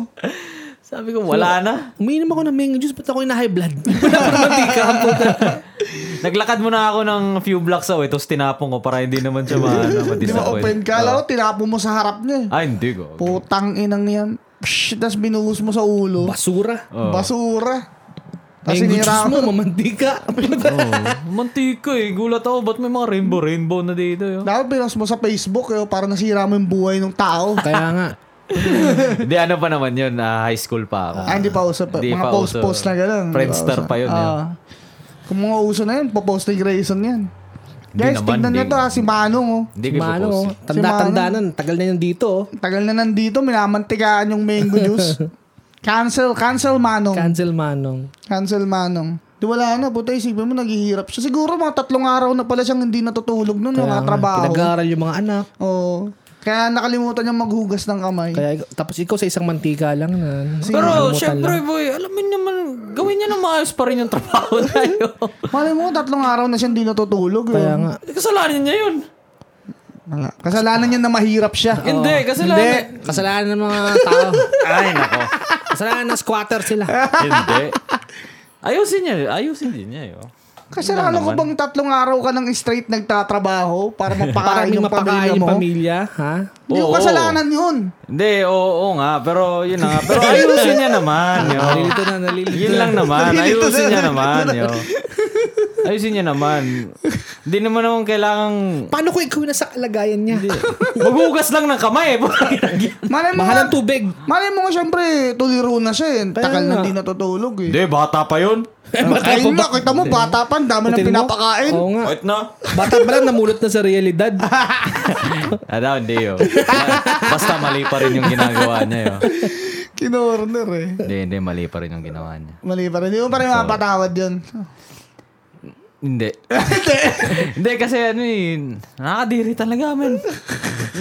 S2: Sabi ko, wala na.
S1: Umiinom ako ng mango juice, ba't ako yung na-high blood? Wala akong mantika. ang puta.
S2: Naglakad muna ako ng few blocks away. Tapos tinapon ko para hindi Oh. naman siya maano,
S3: Di ba open
S2: ma-disappoint.
S3: ka? Lalo, tinapo mo sa harap niya. eh.
S2: Ay, hindi ko.
S3: Putang inang yan. Psh, tas binuhos mo sa ulo.
S2: oh.
S1: Basura.
S2: Oo.
S3: Basura.
S1: Kasi
S3: Kasi nira
S1: Languages
S3: ako.
S1: mo, mamantika.
S2: Oh, mantika eh. Gulat ako. Ba't may mga rainbow rainbow na dito? Yo?
S3: Dapat pinost mo sa Facebook, eh, para nasira mo yung buhay ng
S2: [laughs]
S3: tao.
S1: Kaya nga.
S2: Hindi, ano pa naman yun? ah, high school pa ako.
S3: Ah, hindi pa usap.
S2: Hindi
S3: mga
S2: pa
S3: post-post
S2: uso.
S3: na gano'n.
S2: Friendster pa yun,
S3: Ah.
S2: yun.
S3: kung mga uso na yun, popost ni Grayson yan.
S2: Hindi
S3: Guys,
S2: naman,
S3: tignan nyo
S2: hindi.
S3: to ha, si Manong oh.
S2: Hindi ko
S1: Mano,
S2: ipopost.
S1: oh. tanda-tanda na. Tagal na yan dito. oh.
S3: Tagal na nandito, minamantikaan yung mango
S2: [laughs]
S3: juice. cancel, cancel Manong.
S1: Cancel Manong.
S3: cancel Manong. Di wala na, puta isipin mo, naghihirap siya. Siguro mga tatlong araw na pala siyang hindi natutulog nun, yung
S1: Kaya Ano nga,
S3: katrabaho.
S1: Pinag-aaral yung mga anak.
S3: Oo. Kaya nakalimutan niyang maghugas ng kamay.
S1: Kaya, tapos ikaw sa isang mantika lang na. ano,
S2: Pero,
S1: nakalimutan
S2: syempre,
S1: lang.
S2: boy, alam mo naman, gawin niya na maayos pa rin yung trabaho na yun.
S3: Malay mo, tatlong araw na siya hindi natutulog.
S1: Kaya
S3: eh.
S1: nga.
S2: Kasalanan niya yun.
S3: Wala. Kasalanan niya na mahirap siya.
S2: Hindi,
S1: Hindi.
S2: kasalanan.
S1: Kasalanan ng mga tao.
S2: Ay, nako.
S1: kasalanan ng squatter [laughs] sila.
S2: Hindi. Ayusin niya. Ayusin din niya yun.
S3: Kasi ano ko bang tatlong araw ka ng straight
S2: [laughs]
S3: nagtatrabaho para
S1: Para
S3: mapakain
S1: yung
S3: yung pamilya
S1: mapakain
S3: mo?
S1: yung pamilya, ha?
S3: Hindi ko
S2: Oo.
S3: kasalanan yun.
S2: Hindi, oo, oo nga. Pero yun na nga. Pero ayusin niya naman. Yo.
S1: Nalilito na, nalilito.
S2: Yun lang naman.
S3: Nalilito
S2: Ayusin
S3: na,
S2: niya
S3: nalilito
S2: naman.
S3: na.
S2: Yo. Ayusin niya naman. Hindi naman naman kailangang
S1: Paano ko ikaw yung nasa kalagayan niya?
S2: Maghugas lang ng kamay. eh. [laughs] Parang ginagyan.
S3: Malay
S1: [laughs]
S3: mo,
S1: Mahal
S3: nga,
S1: ang tubig.
S3: malay mo nga syempre, tuliro na siya eh. Takal
S1: nga.
S3: na di natutulog
S2: [laughs]
S3: eh.
S2: Hindi, bata pa yun.
S3: Ay mo, kita mo, bata pa, ang dami ng
S1: Hotel mo?
S3: pinapakain.
S1: Oo nga.
S2: Kahit na.
S1: Bata pa lang namulot na sa realidad.
S2: Ano, hindi yun. Basta mali pa rin yung ginagawa niya yun.
S3: [laughs] Kinorner eh.
S2: Hindi, hindi, mali pa rin yung ginawa niya.
S3: Mali pa rin. Hindi mo pa rin mapatawad yun.
S2: Hindi. Hindi, kasi ano yun, nakakadiri talaga, men.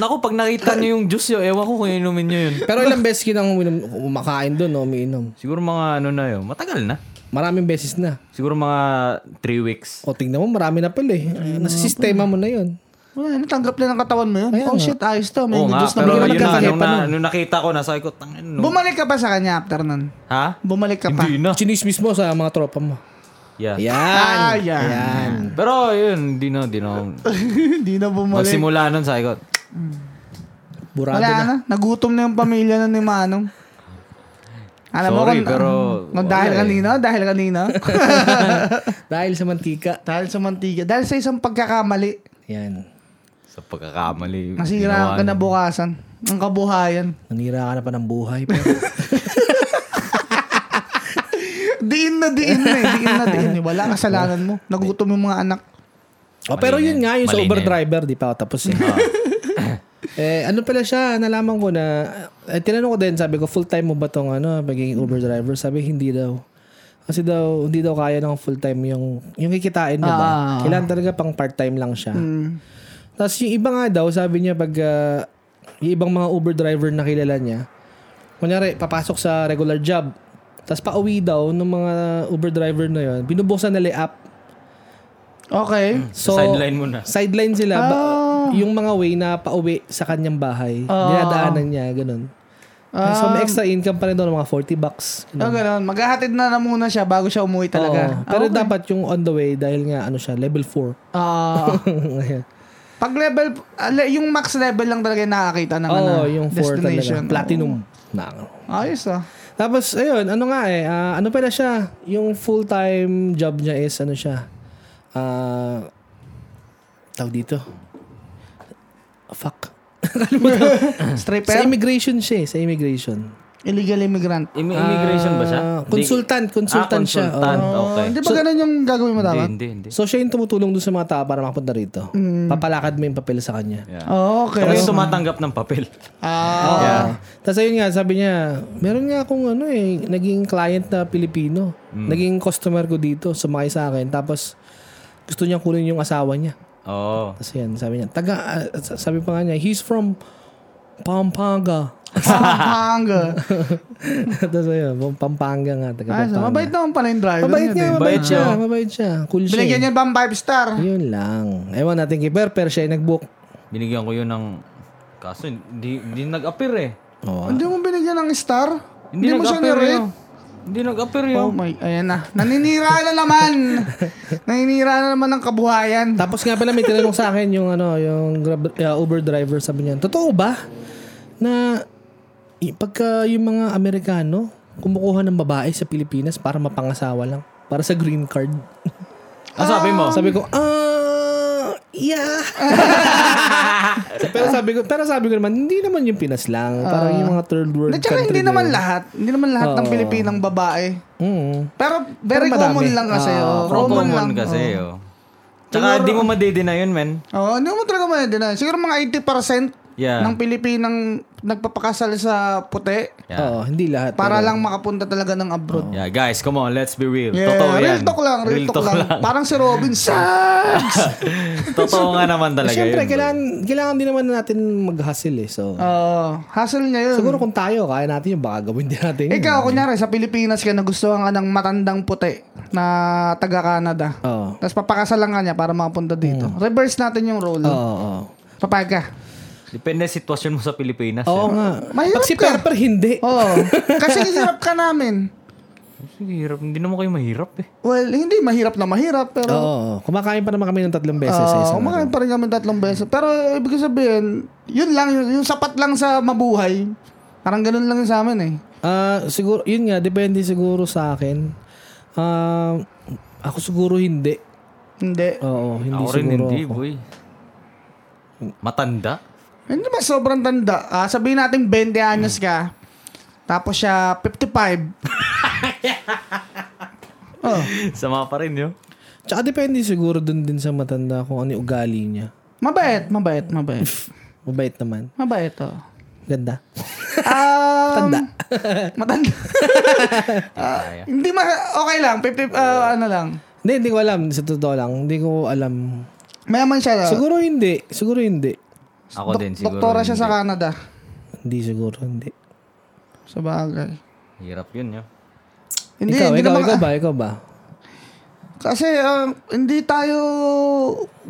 S2: Naku, pag nakita niyo yung juice yun, ewan ko kung inumin niyo yun.
S1: Pero ilang beses kinang uminom, umakain doon, no, umiinom.
S2: Siguro mga ano na yun, matagal na.
S1: Maraming beses na.
S2: Siguro mga 3 weeks.
S1: O tingnan mo, marami na pala eh. Nasa sistema mo na yun.
S3: Wala, natanggap na ng katawan mo yun. oh shit, ayos to. May
S2: Oo nga,
S3: juice na
S2: pero
S3: bigyan
S2: yun
S3: ng
S2: na,
S3: katawan.
S2: nung, na, nung nakita ko, nasa ko, tangin, no.
S3: Bumalik ka pa sa kanya after nun.
S2: Ha?
S3: Bumalik ka pa.
S2: Hindi na.
S1: Chinismis mo sa mga tropa mo.
S2: Yeah.
S1: Yan.
S3: Ah, yan.
S1: Yan.
S2: Pero yun, di na, di na.
S3: [laughs] Hindi na bumalik.
S2: Magsimula nun, sabi ko,
S1: Burado
S3: Wala
S1: na. [laughs]
S3: na. Nagutom na yung pamilya na ni Manong. Alam mo
S2: Sorry,
S3: kung,
S2: pero
S3: kung dahil
S2: wala eh.
S3: kanina, dahil kanina.
S1: Dahil sa mantika.
S3: [laughs] dahil sa mantika. Dahil sa isang pagkakamali.
S1: Yan.
S2: sa pagkakamali.
S3: Nasira
S2: ginawa
S3: ka
S2: nun.
S3: na bukasan. Ang kabuhayan. [laughs]
S1: Nanira ka na pa ng buhay. Pero,
S3: Diin na diin na eh. Diin na diin eh. Wala kasalanan mo. Nagutom yung mga anak.
S1: oh, pero yun nga, yung sa
S2: Mali na
S1: Uber
S2: yun. Ah.
S1: driver, di pa ako tapos eh. [laughs] eh, ano pala siya, nalaman ko na, eh, tinanong ko din, sabi ko, full-time mo ba tong ano, pagiging Uber driver? Sabi, hindi daw. Kasi daw, hindi daw kaya ng full-time yung, yung kikitain mo ba?
S3: Ah.
S1: Kailangan talaga pang part-time lang siya. Tapos yung iba nga daw, sabi niya pag ah, yung ibang mga Uber driver na kilala niya, kunyari, papasok sa regular job. Tapos pauwi daw ng mga Uber driver na yon binubuksan nila yung app.
S3: Okay.
S1: So,
S2: Sideline mo na.
S1: sideline sila. Ba-
S3: Ah.
S1: yung mga way na pauwi sa kanyang bahay, dinadaanan niya, ganun. Eh, so, may extra income pa rin doon, mga 40 bucks.
S3: O Ah, oh, ganun. Maghahatid na na muna siya bago siya umuwi
S1: Oo.
S3: talaga.
S1: pero dapat yung on the way dahil nga, ano siya, level 4.
S3: Ah.
S1: [laughs] Ayan.
S3: pag level, ale- yung max level lang talaga yung nakakita ng ano,
S1: Oo, yung 4
S3: destination.
S1: talaga. Platinum. Na, ano.
S3: Ayos ah.
S1: Tapos, ayun, ano nga eh, ah, ano pala siya, yung full-time job niya is, ano siya, ah, tawag dito, fuck. [laughs]
S3: [laughs]
S1: sa
S3: Stripper?
S1: immigration siya eh, sa immigration.
S3: Illegal immigrant.
S2: Im- immigration ba siya?
S1: Ah, consultant, consultant
S2: ah,
S1: siya.
S2: consultant.
S1: oo.
S2: Okay.
S3: Oh. Hindi ba ganun yung gagawin mo
S2: Hindi,
S3: dapat?
S2: hindi, hindi.
S1: So, siya yung tumutulong dun sa mga tao para makapunta rito.
S3: Mm.
S1: Papalakad mo yung papel sa kanya.
S2: Yeah. [laughs]
S3: Oh, okay.
S2: Pero yung tumatanggap ng papel. [laughs]
S3: Ah,
S1: Oo. Tapos ayun nga, sabi niya, meron nga akong ano eh, naging client na Pilipino. Naging customer ko dito, sumakay sa akin. Tapos, gusto niya kunin yung asawa niya.
S2: Oo.
S1: Tapos yan, sabi niya, taga, ah, sa- sabi pa nga niya, he's from Pampanga. [laughs]
S3: Pampanga.
S1: Tapos ayun, pam- Pampanga nga, taga
S3: Ayos,
S1: Pampanga.
S3: ah. mabait naman pala yung driver.
S1: Mabait
S3: niya,
S1: niya,
S3: eh.
S1: mabait
S2: Mabait
S1: siya,
S2: siya.
S1: mabait siya. Cool siya.
S3: Binigyan
S1: eh.
S3: niya ba ng 5 star?
S1: Yun lang. Ewan natin kay Per, pero siya yung nag-book.
S2: Binigyan ko yun ng... Kaso, hindi, hindi nag-appear eh.
S1: Oo.
S3: Hindi mo binigyan ng star?
S2: Hindi,
S3: Hindi mo siya
S2: nag-appear eh. yun.
S3: nirate?
S2: Hindi nag-appear yun.
S3: Oh my, ayan na. Naninira na naman. Naninira na naman ng kabuhayan.
S1: Tapos nga pala may tinanong sa akin yung ano, yung Grab- uh, Uber driver sabi niya, totoo ba na i- pagka yung mga Amerikano kumukuha ng babae sa Pilipinas para mapangasawa lang? Para sa green card.
S2: Ang sabi
S3: Ah.
S2: mo?
S1: Sabi ko, ah,
S3: [laughs]
S1: yeah. pero sabi ko, pero sabi ko naman, hindi naman yung Pinas lang. Parang yung mga third world
S3: At saka
S1: country.
S3: Ah. hindi
S1: na
S3: naman
S1: yun.
S3: lahat. Hindi naman lahat ng Pilipinang babae.
S1: Mm.
S3: Pero very
S1: Pero madami.
S3: common lang kasi. oh.
S2: Pro common kasi, oh. Tsaka di mo madidina yun, men.
S3: Oo, Oh, hindi mo talaga madidinay. Siguro mga 80%
S2: Yeah.
S3: ng Pilipinang nagpapakasal sa puti
S2: Yeah.
S1: Oo, hindi lahat.
S3: para lang makapunta talaga ng abroad.
S2: Yeah, guys, come on, let's be real.
S3: Yeah,
S2: Totoo yan.
S3: real talk lang, real, talk, lang. Parang si Robin Sacks!
S2: [laughs] Totoo nga naman talaga
S1: Siyempre, Eh,
S2: yun.
S1: kailangan, kailangan din naman natin mag-hustle eh. So,
S3: Oo, hassle niya yun.
S1: siguro kung tayo, kaya natin yung baka gawin din natin. yun.
S2: Eh,
S3: Ikaw, kunyari, sa Pilipinas ka, nagustuhan ka ng matandang puti na taga-Canada.
S1: Oo.
S3: Tapos papakasalan ka niya para makapunta dito. Reverse natin yung
S1: Oo.
S3: role. Uh,
S1: oo.
S3: Papayag ka.
S2: Depende sa sitwasyon mo sa Pilipinas.
S1: Oo
S3: Oh.
S2: eh.
S1: nga.
S3: Mahirap
S1: Pag si
S3: ka.
S1: Perper, hindi.
S3: Oo. Kasi hirap ka namin.
S2: Sige, hirap. Hindi naman kayo mahirap eh.
S3: Well, hindi mahirap na mahirap,
S1: Oo.
S3: pero
S1: oo. Kumakain pa naman kami ng tatlong beses. eh, sa
S3: uh,
S1: isang
S3: kumakain pa rin kami tatlong beses. Pero ibig sabihin, yun lang, yun, yung sapat lang sa mabuhay. Parang ganun lang yun sa amin eh.
S1: Ah, siguro yun nga depende siguro sa akin. Ah, ako siguro hindi.
S3: Hindi.
S1: Oo, hindi
S2: Ako rin
S1: siguro.
S2: hindi, boy. Matanda? [laughs]
S3: Hindi ba sobrang tanda? Ah, sabihin natin 20 anyos ka, tapos siya 55. oh,
S2: Sama pa rin yun.
S1: Tsaka depende siguro dun din sa matanda kung ano yung ugali niya.
S3: mabait, mabait, mabait.
S1: Mabait naman.
S3: Mabait to.
S1: Ganda.
S3: Um, matanda. [laughs] matanda. Ah, hindi ma... Okay lang. 50, ah, ano lang.
S1: Hindi, hindi ko alam. Sa totoo lang, hindi ko alam.
S3: Mayaman siya. ah.
S1: Siguro hindi. Siguro hindi.
S2: Ako din siguro.
S3: Doktora siya sa Canada.
S1: Hindi siguro, hindi.
S3: Sa bagay.
S2: Hirap yun, yun.
S3: Hindi,
S1: ikaw,
S3: hindi
S1: ikaw,
S3: naman- ah.
S1: ikaw ba? Ikaw ba?
S3: Kasi ah, hindi tayo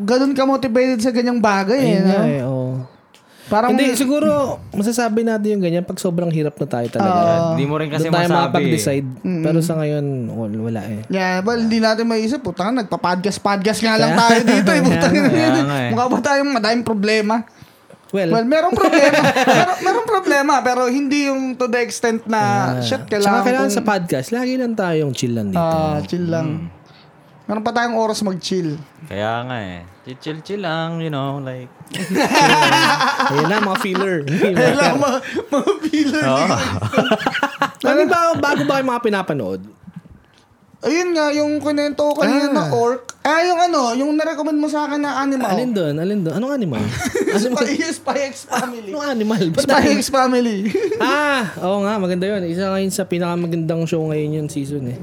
S3: ganun ka-motivated sa ganyang bagay. eh,
S1: Ayun
S3: no?
S1: nga eh, oo.
S3: Parang
S1: hindi, siguro masasabi natin yung ganyan pag sobrang hirap na tayo talaga.
S2: Hindi mo rin kasi
S1: Ah, Doon tayo
S2: masabi. eh.
S1: makapag-decide. Pero sa ngayon, wal- wala eh.
S3: Yeah, well, hindi natin maiisip. Puta nga, nagpa-podcast-podcast nga lang tayo dito. Eh.
S1: [laughs]
S3: Puta nga.
S2: Kaya nga eh.
S3: Mukha ba tayong madaming problema?
S1: Well,
S3: Well, merong problema. [laughs] pero, merong problema, pero hindi yung to the extent na, shit,
S1: Tsaka
S3: kailangan,
S1: kailangan
S3: kong-
S1: sa Mm. podcast, lagi lang tayong chill lang dito.
S3: Ah, chill lang. Meron pa tayong oras mag-chill.
S2: Kaya nga eh. Chill-chill lang, you know, like...
S1: Ayun lang, mga filler.
S3: [laughs] Kailangan ma- mga filler.
S1: [laughs] ano ba, bago ba kayo mga pinapanood?
S3: Ayun nga, yung kinento ko kanina na orc. Ah, yung ano, yung narecommend mo sa akin na
S1: Alin
S3: animal.
S1: doon? Alin doon? Anong
S3: [laughs]
S1: animal?
S3: Spy, Spy X Family.
S1: Anong animal? [laughs] Ba't
S3: Spy
S1: na-
S3: X Family.
S1: ah, oo nga, maganda yun. Isa ngayon sa pinakamagandang show ngayon yung season eh.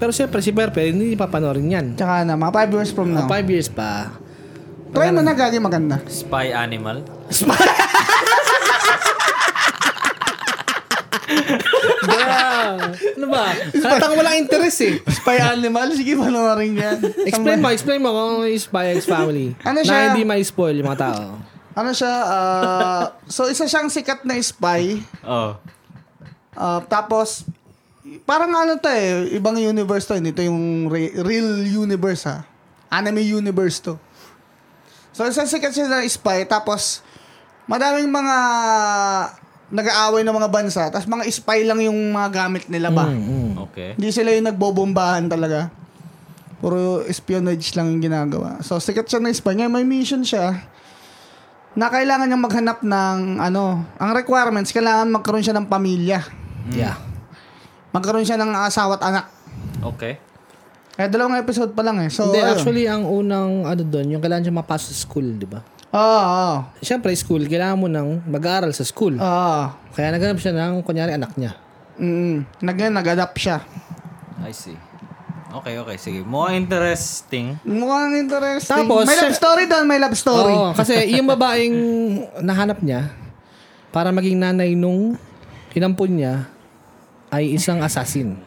S1: Pero siyempre, si Perper, hindi papanoorin yan.
S3: Tsaka na, mga 5 years from now.
S1: Five years Ah, pa. Ano?
S3: Try mo na gagi maganda.
S2: Spy animal?
S1: Wow! ano ba? Halata ka walang interest eh.
S3: Spy Animal, sige panoorin yan.
S1: Explain mo, explain mo kung ano yung Spy X Family.
S3: Ano
S1: Na
S3: siya?
S1: hindi ma-spoil yung mga tao.
S3: Ano siya, ah, so isa siyang sikat na spy.
S2: Oh.
S3: ah, tapos, parang ano to eh, ibang universe to. Hindi to yung re- real universe ha. Anime universe to. So isa sikat siya na spy. Tapos, madaming mga nag-aaway ng mga bansa. Tapos mga spy lang yung mga gamit nila ba.
S1: Mm,
S2: Okay.
S3: Hindi sila yung nagbobombahan talaga. Puro espionage lang yung ginagawa. So, sikat siya na Espanya. May mission siya na kailangan niyang maghanap ng ano. Ang requirements, kailangan magkaroon siya ng pamilya.
S1: Yeah.
S3: Magkaroon siya ng asawa at anak.
S2: Okay.
S3: Eh, dalawang episode pa lang eh. So,
S1: Hindi,
S3: ayun.
S1: actually, ang unang ano doon, yung kailangan siya mapasok sa school, di ba?
S3: Oo, oo.
S1: Siyempre, school, kailangan mo nang mag-aaral sa school.
S3: Oo.
S1: Kaya naghanap siya ng, kunyari, anak niya.
S3: Mm, nag nag-adapt siya.
S2: I see. Okay, okay. Sige. More interesting.
S3: Mukhang interesting.
S1: Tapos,
S3: may love
S1: siya-
S3: story doon, may love story.
S1: Oo, kasi yung babaeng nahanap niya, para maging nanay nung hinampon niya, ay isang assassin.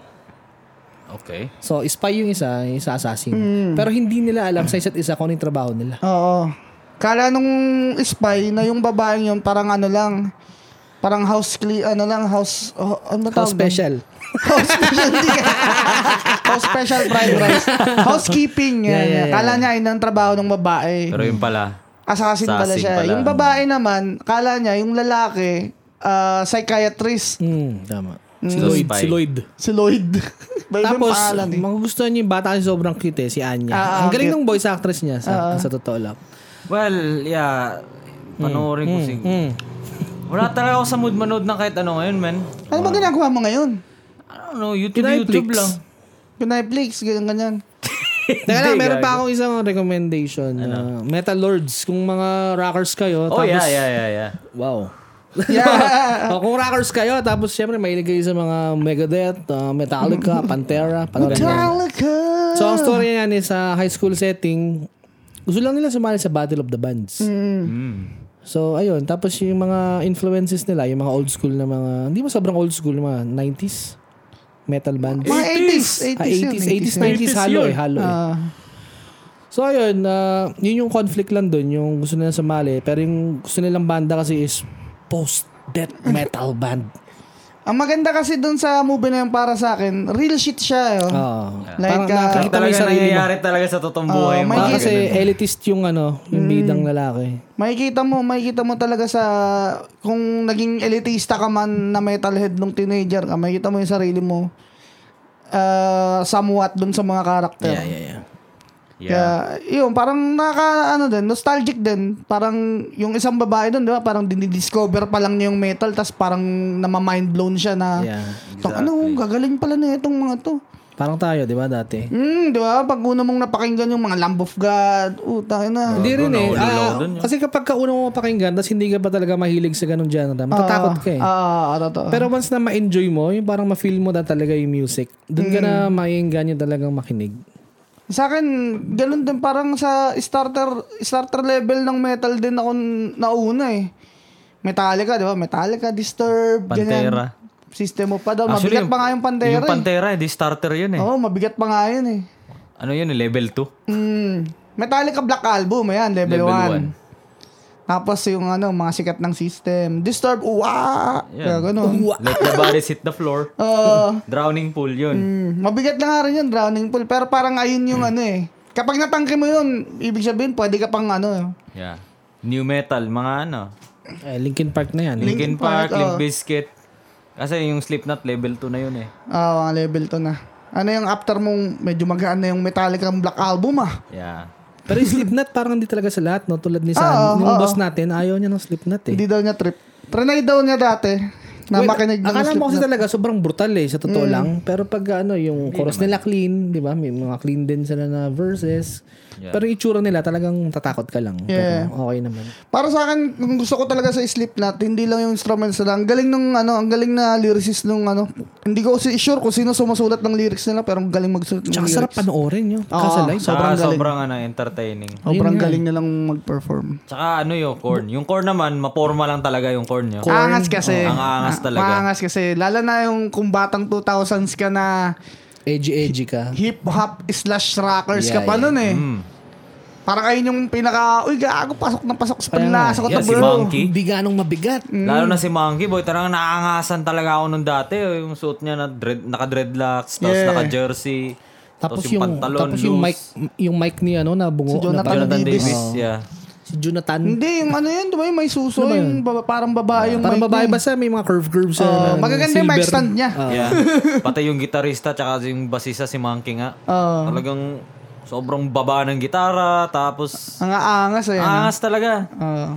S2: Okay.
S1: So, spy yung isa, yung isa assassin.
S3: Hmm.
S1: Pero hindi nila alam sa isa't isa kung ano yung trabaho nila.
S3: Oo. Kala nung spy na yung babaeng yun parang ano lang, parang house cle- ano lang, house, oh, ano
S1: How
S3: tawag doon?
S1: special.
S3: [laughs] house special, hindi ka. [laughs] house special fried rice. Housekeeping, yan.
S1: Yeah, yeah, yeah.
S3: Kala niya yun ang trabaho ng babae.
S2: Pero yun pala.
S3: Assassin pala
S2: Assassin
S3: siya.
S2: pala.
S3: Yung babae naman, kala niya yung lalaki, ah, psychiatrist,
S1: Mm, tama. Si
S2: Mm.
S1: Lloyd.
S2: Spy.
S1: Si Lloyd. [laughs]
S3: si Lloyd. ba? Hmm. Iba yung
S1: Tapos,
S3: pangalan eh.
S1: magugustuhan niyo yung bata kasi sobrang cute eh, si Anya.
S3: Ah,
S1: Ang galing
S3: cute.
S1: ng voice actress niya sa, sa totoo
S2: [laughs]
S1: lang.
S2: Well, yeah. Panoorin ko siguro.
S1: Mm.
S2: Wala talaga ako sa mood manood ng kahit ano ngayon, man.
S3: Ano ba ginagawa mo ngayon?
S2: I don't know, YouTube,
S1: Netflix.
S2: YouTube lang.
S3: Yung Netflix, ganyan, ganyan.
S1: Teka lang, meron pa akong isang recommendation. na Metal Lords, kung mga rockers kayo.
S2: Ano? Oh,
S1: tapos,
S2: yeah, yeah, yeah, yeah.
S1: Wow.
S3: [laughs] Yeah.
S1: [laughs] O, kung rockers kayo, tapos syempre mahilig kayo sa mga Megadeth, uh,
S3: [laughs]
S1: Metallica, Pantera, panoorin niyo.
S3: Metallica.
S1: So, ang story niya yan is sa high school setting, gusto lang nila sumali sa Battle of the Bands. Mm-hmm. So, ayun. Tapos yung mga influences nila, yung mga old school na mga, hindi mo sobrang old school, mga 90s metal bands.
S3: Mga 80s. 80s,
S1: Ah, 80s, 80s, 90s, halo eh, halo eh.
S3: Ah.
S1: So, ayun. ah, yun yung conflict lang dun, yung gusto nila sumali. Pero yung gusto nilang banda kasi is post-death metal band.
S3: Ang maganda kasi dun sa movie na yun para sa akin, real shit siya. Oh.
S1: Ah. Parang
S3: Like,
S1: nakakita
S3: ah,
S2: Ay,
S1: mo yung
S2: talaga
S1: sarili mo.
S2: nangyayari talaga sa totoong
S3: Oh,
S2: buhay.
S3: may
S2: mga
S1: Baka kasi
S2: ganun.
S1: elitist yung ano,
S3: Mm.
S1: yung bidang lalaki.
S3: makikita mo, makikita mo talaga sa, kung naging elitista ka man na metalhead nung teenager ka, makikita mo yung sarili mo ah, somewhat dun sa mga karakter.
S1: yeah, yeah.
S2: Yeah.
S3: Kaya, yun, parang naka, ano din, nostalgic din. Parang, yung isang babae doon, di ba, parang dinidiscover pa lang niya yung metal, tas parang nama-mind blown siya na,
S1: Yeah,
S3: "Tang, ano, gagaling pala na itong mga to.
S1: Parang tayo, di ba, dati?
S3: Hmm, di ba? Pag una mong napakinggan yung mga Lamb of God, utang na.
S1: Hindi rin eh.
S2: nahulog
S1: Ah,
S2: ako dun,
S1: kasi kapag kauna mo mapakinggan, tapos hindi ka pa talaga mahilig sa ganung genre, matatakot ka eh.
S3: Ah, ah, totoo.
S1: Pero once na ma-enjoy mo, yung parang ma-feel mo na talaga yung music, doon ka na mainggan yung talagang makinig.
S3: Sa akin, ganun din parang sa starter starter level ng metal din ako n- nauna eh. Metallica, di ba? Metallica, Disturbed, ganyan.
S2: Pantera.
S3: System of a Down.
S2: Actually,
S3: Mabigat pa nga yung Pantera.
S2: Yung
S3: eh. Oh.
S2: Pantera, eh, di starter yun eh.
S3: Oo, mabigat pa nga yun eh.
S2: Ano yun, eh, level 2?
S3: Mm. Metallica Black Album, ayan, level
S2: Level
S3: 1. Tapos yung ano, mga sikat ng system. Disturb, uwa! Kaya ganun. Ah,
S2: Let the body hit the floor.
S3: Oo.
S2: Drowning pool yun.
S3: Mm, mabigat na nga rin yun, drowning pool. Pero parang ayun yung ano eh. Kapag natangke mo yun, ibig sabihin, pwede ka pang ano.
S2: Yeah. New metal, mga ano.
S1: Eh, Linkin Park na yan.
S2: Linkin Park, Limp Bizkit. Kasi yung Slipknot, level 2 na yun eh.
S3: Ah, mga level to na. Ano yung after mong medyo magaan na yung Metallica Black Album ah.
S2: Yeah.
S1: Pero yung Slipknot, parang hindi talaga sa lahat, no? Tulad ni San, yung boss natin, ayaw niya ng Slipknot eh.
S3: Hindi daw niya trip. Trinay daw niya dati na
S1: Well,
S3: makinig ng
S1: Akala
S3: slip Mm.
S1: mo kasi talaga sobrang brutal eh, sa totoo lang. Pero pag ano, yung chorus nila clean, di ba? May mga clean din sila na verses. Pero yung itsura nila, talagang tatakot ka lang.
S3: Yeah.
S1: Pero okay naman.
S3: Para sa akin, kung gusto ko talaga sa Slipknot, hindi lang yung instruments nila. Ang galing ng ano, ang galing na lyricist nung ano. Hindi ko si sure kung sino sumusulat ng lyrics nila pero ang galing magsulat ng
S1: Tsaka
S3: lyrics.
S1: sarap panoorin yun. Kasa live.
S2: Sobrang Sobrang ano, entertaining.
S3: Sobrang
S1: eh.
S3: galing nilang mag-perform.
S2: Tsaka ano yung corn. Yung corn naman, maporma lang talaga yung corn nyo.
S3: Angas kasi.
S2: ang angas
S3: Ah,
S2: talaga.
S3: Maangas kasi. Lalo na yung kung batang 2000s ka na
S1: Edgy-edgy ka.
S3: hip-hop slash rockers
S1: Yeah,
S3: ka pa
S1: yeah.
S3: nun eh.
S2: Mm.
S3: Parang ayun yung pinaka, uy gago, pasok na pasok sa panlasa ko
S2: Yeah,
S3: to
S2: si
S3: bro.
S2: Monkey.
S1: Hindi ganong mabigat.
S2: Lalo na si Monkey Boy, talagang naangasan talaga ako nung dati. oh, Yung suit niya na dread, naka-dreadlocks, tapos
S3: Yeah.
S2: naka-jersey, tapos,
S1: Tapos
S2: yung,
S1: yung,
S2: pantalon,
S1: tapos yung
S2: loose.
S1: mic, yung mic ni ano na bungo.
S3: Si Jonathan
S1: na
S2: Jonathan
S3: Davis.
S2: Davis,
S1: Oo.
S2: yeah.
S1: Si Jonathan.
S3: Hindi, yung ano yun, di ba yung may suso, yung baba- parang babae yung
S1: Parang
S3: Hmm, mic
S1: babae uh,
S3: niya.
S1: basta may mga curve-curve sa
S3: Oo, magaganda yung mic
S1: silver.
S3: stand niya.
S2: yeah. Pati yung gitarista, tsaka yung basista si Monkey nga.
S3: Oo.
S2: Talagang sobrang baba ng gitara, tapos
S3: Ang aangas eh. ano.
S2: angas talaga.
S3: Oo.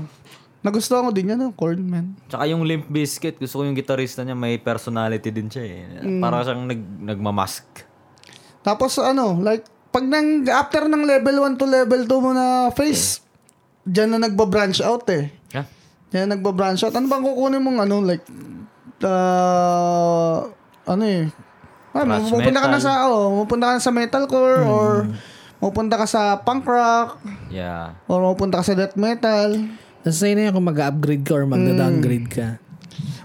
S3: nagustuhan ko din yan, yung corn man.
S2: Tsaka yung Limp Bizkit, gusto ko yung gitarista niya, may personality din siya eh. Para siyang nag, nagmamask.
S3: Tapos ano, like, pag nang, after ng level 1 to level 2 mo na face, dyan na nagba-branch out eh.
S2: Yeah.
S3: Dyan na nagba-branch out. Ano bang kukunin mong ano, like, uh, ano eh, ano,
S2: Thrash
S3: mapunta ka na
S2: metal.
S3: sa, oh, mapunta ka na sa metalcore, or mapunta ka sa punk rock,
S2: Yeah.
S3: or mapunta ka sa death metal.
S1: Nasa sa'yo na yan kung mag-upgrade ka or
S3: Hmm.
S1: mag-downgrade ka.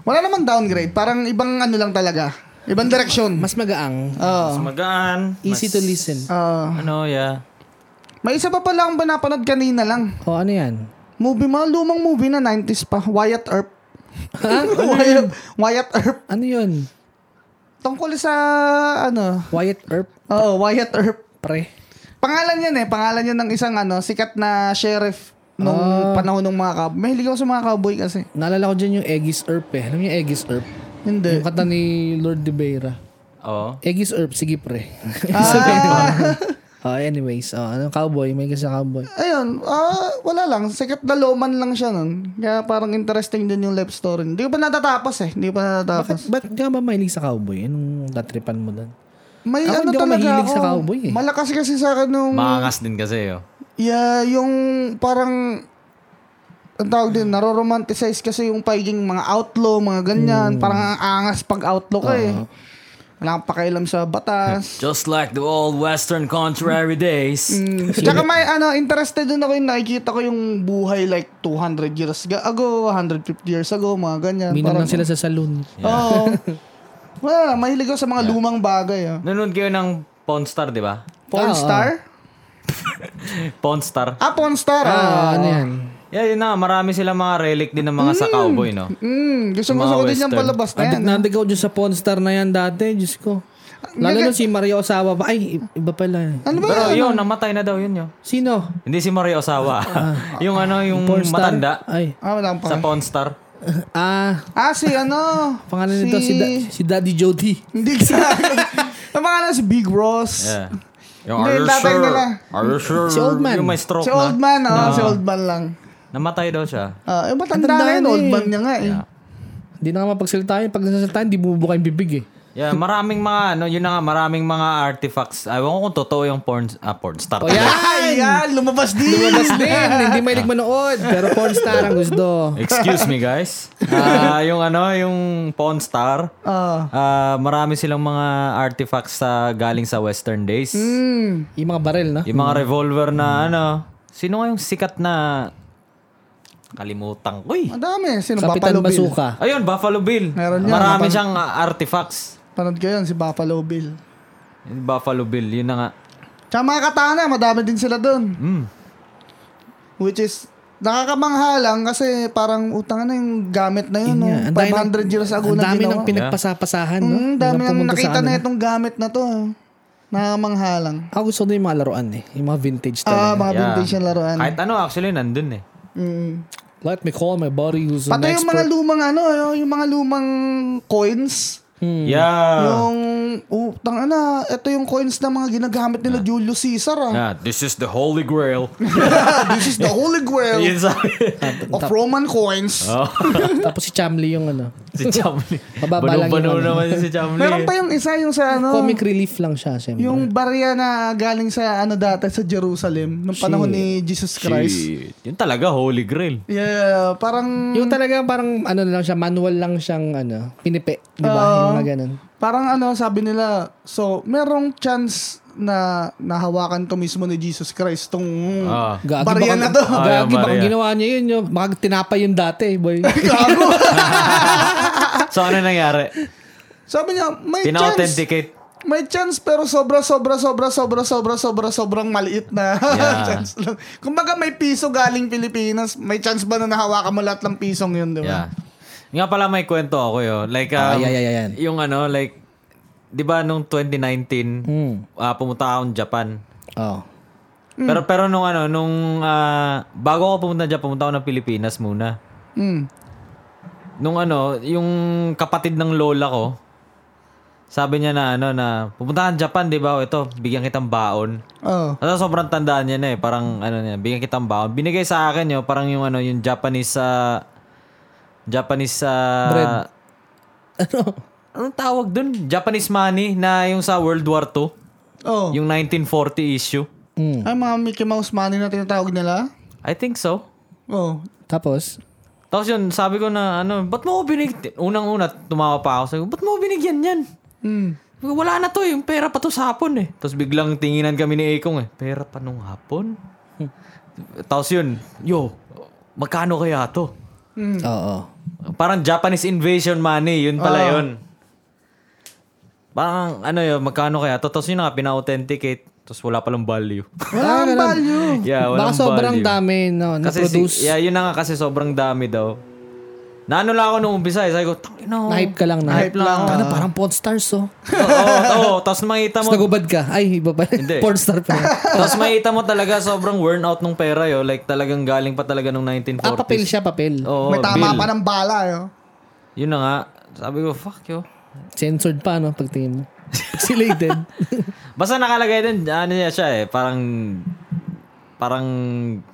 S3: Wala naman downgrade. Parang ibang ano lang talaga. Ibang Ah, direksyon.
S1: Mas magaang.
S3: Oo.
S2: Mas magaan.
S1: Easy to listen.
S3: Oo.
S2: Ano, yeah.
S3: ah. may isa pa pala akong pinapanood kanina lang.
S1: O ano yan?
S3: Movie, mga lumang movie na 90s pa. Wyatt Earp. [laughs] Wyatt, Wyatt Earp.
S1: Ano yun?
S3: Tungkol sa ano.
S1: Wyatt Earp,
S3: Oo, Wyatt Earp.
S1: pre.
S3: Pangalan yan eh. Pangalan yan ng isang ano, sikat na sheriff nung
S1: Ah.
S3: panahon ng mga cowboy. Mahilig ako sa mga cowboy kasi.
S1: Naalala ko dyan yung Egis Earp eh. Alam niyo yung Egis Earp?
S3: Hindi.
S1: Yung kata ni Lord de Beira.
S2: Oo.
S1: Egis Earp, sige pre. [laughs] Ah, anyways, ah, ano, cowboy, may kasi cowboy.
S3: Ayun, ah, wala lang. Sikat na loman lang siya nun. Kaya parang interesting din yung life story. Hindi ko pa natatapos eh. Hindi ko pa natatapos.
S1: Ba't di ka ba mahilig sa cowboy? Anong tatripan mo doon?
S3: May
S1: Ako
S3: ano
S1: hindi ako
S3: talaga
S1: mahilig sa cowboy eh.
S3: Malakas kasi sa akin nung...
S2: Maangas din kasi, oh.
S3: yeah, yung parang... Ang tawag din, naroromanticize kasi yung pagiging mga outlaw, mga
S1: Mm.
S3: ganyan. Parang ang angas pag outlaw ka eh. Wala kang pakialam sa batas.
S2: Just like the old western contrary days.
S3: Mm. Tsaka may ano, interested din ako yung nakikita ko yung buhay like 200 years ago, 150 years ago, mga ganyan.
S1: Minom lang
S3: Parang-
S1: sila sa saloon.
S3: [laughs] Oo. Wala, mahilig ako sa mga lumang bagay. Ah.
S2: Nanonood kayo ng Pawn Star, di ba?
S1: Ah,
S3: Porn star?
S2: Pawn Star.
S3: Ah, porn star.
S1: Ah,
S3: Ah.
S1: ano yan?
S2: Yeah, yun na. Marami sila mga relic din ng mga sa cowboy, no?
S3: Mm, gusto
S2: Mga
S3: gusto ko din yung
S2: western.
S3: palabas na yan.
S1: Adik na adik ako dyan sa porn star na yan dati. Diyos ko. Lalo na si Maria Osawa pa. Ay, i- iba pala.
S3: Ano ba?
S2: Pero yun, namatay na daw yun, yo.
S1: Sino?
S2: Hindi si Mario Osawa. [laughs] yung ano, yung
S1: Porn star?
S2: matanda
S1: Ay.
S3: Ah, wala
S2: sa
S3: akong pake.
S2: Pawn Star.
S1: Ah,
S3: Ah, si ano?
S1: pangalan nito si, Da- si Daddy Jody.
S3: Hindi [laughs] si... Ang pangalan si Big Ross.
S2: Yeah. Yung,
S3: Hindi,
S2: are you
S3: tatay
S2: sure?
S3: nila.
S2: Are you sure?
S1: Si old man.
S2: Yung may stroke
S3: Si Old
S2: na.
S3: Man, oh, si Old Man lang.
S2: Namatay daw siya.
S3: Ah, eh, matanda
S1: Matanda
S3: na yun,
S1: na
S3: Old
S1: eh.
S3: Man niya nga eh.
S1: Hindi na nga mapagsalitahin. Pag nasasalitahin, di bumubuka yung bibig eh.
S2: Yeah, maraming mga ano, yun na nga, maraming mga artifacts. Ewan ko kung totoo yung porn, ah, porn star.
S1: O
S3: Oh,
S1: yan!
S3: Ay, yan, lumabas
S1: [laughs]
S3: din.
S1: Lumabas
S3: [laughs]
S1: din. Hindi mahilig manood. Pero porn star ang gusto.
S2: Excuse me, guys. Ah, yung ano, yung porn star.
S3: Ah.
S2: Ah, marami silang mga artifacts sa galing sa western days.
S3: Mm.
S1: Yung mga barel, no?
S2: Yung mga revolver na ano. Sino nga yung sikat na kalimutan ko eh.
S3: Ang dami. Sino?
S1: Kapitan
S3: Buffalo Bill.
S1: Basuka.
S2: Ayun, Buffalo Bill.
S3: Meron yan.
S2: Marami siyang ah, artifacts.
S3: Panood ko yun, si Buffalo Bill.
S2: Yung Buffalo Bill, yun na nga.
S3: Tsaka mga katana, madami din sila doon.
S2: Mm.
S3: Which is, nakakamangha lang kasi parang utang na yung gamit na yun.
S1: Nga,
S3: no?
S1: ang dami
S3: 500
S1: ng-
S3: Ano, years ago
S1: Ang
S3: na
S1: dami
S3: ginawa.
S1: ng pinagpasapasahan, no?
S3: Mm, dami
S1: Hanggang
S3: nang
S1: pumunta sa
S3: nakita
S1: ano.
S3: na itong gamit na to. ah. Nakakamangha lang.
S1: Ako gusto ko na yung mga laruan eh. Yung mga vintage
S3: Ah,
S1: talaga.
S3: mga
S2: Yeah.
S3: vintage na laruan.
S2: Kahit ano, actually, nandun eh.
S3: Mm.
S1: Let me call my body who's an
S3: Pati yung mga
S1: expert.
S3: lumang ano, yung mga lumang coins.
S1: Hmm.
S2: Yeah.
S3: Yung, utang na, ito yung coins na mga ginagamit nila Julius Caesar ah.
S2: Yeah, this is the Holy Grail.
S3: [laughs] This is the holy grail
S2: [laughs] yun sabi.
S3: of Roman coins.
S2: Oh,
S1: Tapos si Chamli yung
S3: [laughs]
S1: ano.
S2: si Chamli.
S1: Mababa lang yun,
S2: Banu-banu
S1: ano.
S2: naman si Chamli.
S3: Meron pa yung isa yung sa ano.
S1: Comic relief lang siya, siyempre.
S3: Yung barya na galing sa ano dati sa Jerusalem nung panahon ni Jesus Christ.
S2: Shit. Yun talaga, Holy Grail.
S3: Yeah, parang
S1: Yung talaga parang ano na lang siya, manual lang siyang ano, pinipi, di ba?
S3: Oo.
S1: yung mga ganun.
S3: parang ano sabi nila, so merong chance na nahawakan to mismo ni Jesus Christ tong
S2: Ah.
S1: Gagi
S3: barya
S1: baka-
S3: na
S1: [laughs]
S3: to.
S2: Ah,
S1: Gagi,
S2: yung
S1: baka
S2: barya.
S1: ginawa niya yun, yung, baka tinapay yung dati,
S3: [laughs]
S1: boy.
S3: Gago.
S2: So ano nangyari?
S3: sabi niya, may chance.
S2: Pina-authenticate.
S3: May chance pero sobra sobra sobra sobra sobra sobra sobrang maliit na [laughs]
S2: Yeah.
S3: chance lang. Kumbaga may piso galing Pilipinas, may chance ba na nahawakan mo lahat ng pisong yun, di
S2: Yeah.
S3: ba?
S2: Nga pala may kwento ako yun. Like, um,
S1: Diba? Ah, yeah, yeah, yeah, yeah.
S2: yung ano, like, di ba nung 2019,
S1: Hmm.
S2: ah, pumunta akong Japan.
S1: Oh.
S2: Pero pero nung ano, nung ah, bago ako pumunta dyan, pumunta ako ng Pilipinas muna.
S3: Mm.
S2: Nung ano, yung kapatid ng lola ko, sabi niya na ano na pupuntahan Japan, 'di ba? O, Ito, bigyan kitang baon.
S3: Oh.
S2: Kasi sobrang tandaan niya na eh. Parang ano niya, bigyan kitang baon. Binigay sa akin yun, parang yung ano, yung Japanese sa... Japanese sa...
S1: Bread. Ano?
S2: Anong tawag dun? Japanese money na yung sa World War II.
S3: Oh.
S2: Yung 1940 issue.
S1: Hmm.
S3: Ay, mga Mickey Mouse money na tinatawag nila?
S2: I think so.
S3: Oh.
S1: Tapos,
S2: Tapos yun, sabi ko na, ano, ba't mo ko binigyan? Unang-una, tumawa pa ako. Sabi ko, ba't mo ko binigyan yan?
S3: Mm.
S2: Wala na to, yung pera pa to sa hapon eh. Tapos biglang tinginan kami ni Akong eh, pera pa nung hapon? Tapos yun, yo, magkano kaya to?
S3: Hmm.
S1: oo.
S2: Parang Japanese invasion money, yun pala yun. Parang ano yun, magkano kaya to? Tapos yun na nga, pina-authenticate. Tapos wala palang [laughs] value.
S3: Wala kang value.
S1: Baka
S2: yeah, Ah, walang
S1: sobrang
S2: value.
S1: dami no,
S2: Kasi si-
S1: na-produce.
S2: yeah, yun na nga kasi sobrang dami daw. Naano lang ako nung umpisa eh. Sabi ko, tangin na ako.
S1: Na-hype ka lang na.
S2: Na-hype lang ako.
S1: Tangina, parang porn stars, oh.
S2: [laughs] Oo, oo, oo. Tapos makita mo.
S1: Tapos nagubad ka. Ay, iba pa.
S2: Hindi.
S1: [laughs] porn star
S3: [laughs]
S1: pa.
S2: Tapos makita mo talaga sobrang worn out nung pera yo. Like talagang galing pa talaga nung 1940s.
S1: ah, papel siya, papel.
S2: Oo,
S3: May
S2: Oh,
S3: tama
S2: bill.
S3: pa ng bala, eh, oh. yo.
S2: Yun na nga. Sabi ko, fuck yo. [laughs]
S1: Censored pa, no? Pagtingin mo. Pixelated.
S2: Basta nakalagay din, ano niya siya eh, parang, parang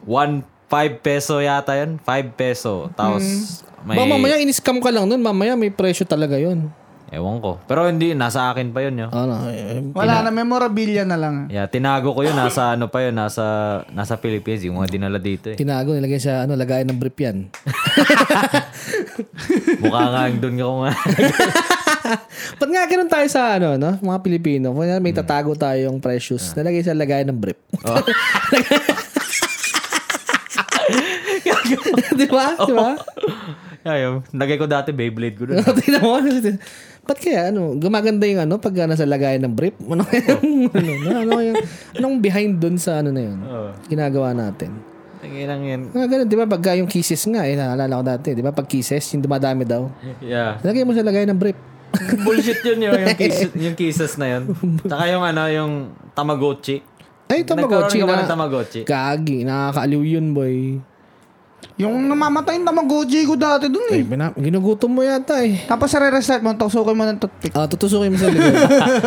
S2: 1, 5 peso yata yun. 5 peso. Tapos,
S3: Mm.
S2: may,
S1: Baka mamaya in-scam ka lang nun. Mamaya may presyo talaga yun.
S2: ewan ko. Pero hindi, nasa akin pa yun yun.
S1: Ano? eh,
S3: Wala na, memorabilia na lang.
S2: Yeah, tinago ko yun. Nasa ano pa yun, nasa, nasa Philippines. Yung mga dinala dito eh.
S1: Tinago, nilagay sa ano, lagayan ng brief yan.
S2: Mukha nga ang dun ka nga. [laughs]
S1: Ba't nga ganun tayo sa ano, no? mga Pilipino? Kung may tatago tayong precious, nalagay sa lagayan ng brief. [laughs] Di ba? Di ba?
S2: Ayun, lagay ko dati Beyblade ko dun.
S1: [laughs] Tingnan mo. Ba't kaya ano, gumaganda yung ano pag nasa lagayan ng brief? Ano kaya yung, [laughs] ano, ano, ano yung, anong behind dun sa ano na yun? Ginagawa natin.
S2: Tanginang yan.
S1: Nga ganun, di ba? Pagka yung kisses nga, eh, naalala ko dati, di ba? Pag kisses, yung dumadami daw.
S2: Yeah.
S1: Nalagay mo sa lagayan ng brief. [laughs]
S2: Bullshit yun yun,
S3: [laughs]
S2: yung kisses, yung kisses na yun. Tsaka yung ano, yung Tamagotchi. [laughs]
S1: Ay, Tamagotchi
S2: Nagkaroon ka ba ng
S1: na.
S2: Tamagotchi?
S1: Gagi, nakakaaliw yun, boy.
S3: Yung namamatay na Tamagotchi ko dati dun eh.
S1: Ay, bina- ginugutom mo yata eh.
S3: Tapos re-restart mo, tuksukin mo ng toothpick.
S1: Ah, tutusukin mo sa
S3: [laughs]
S1: likod.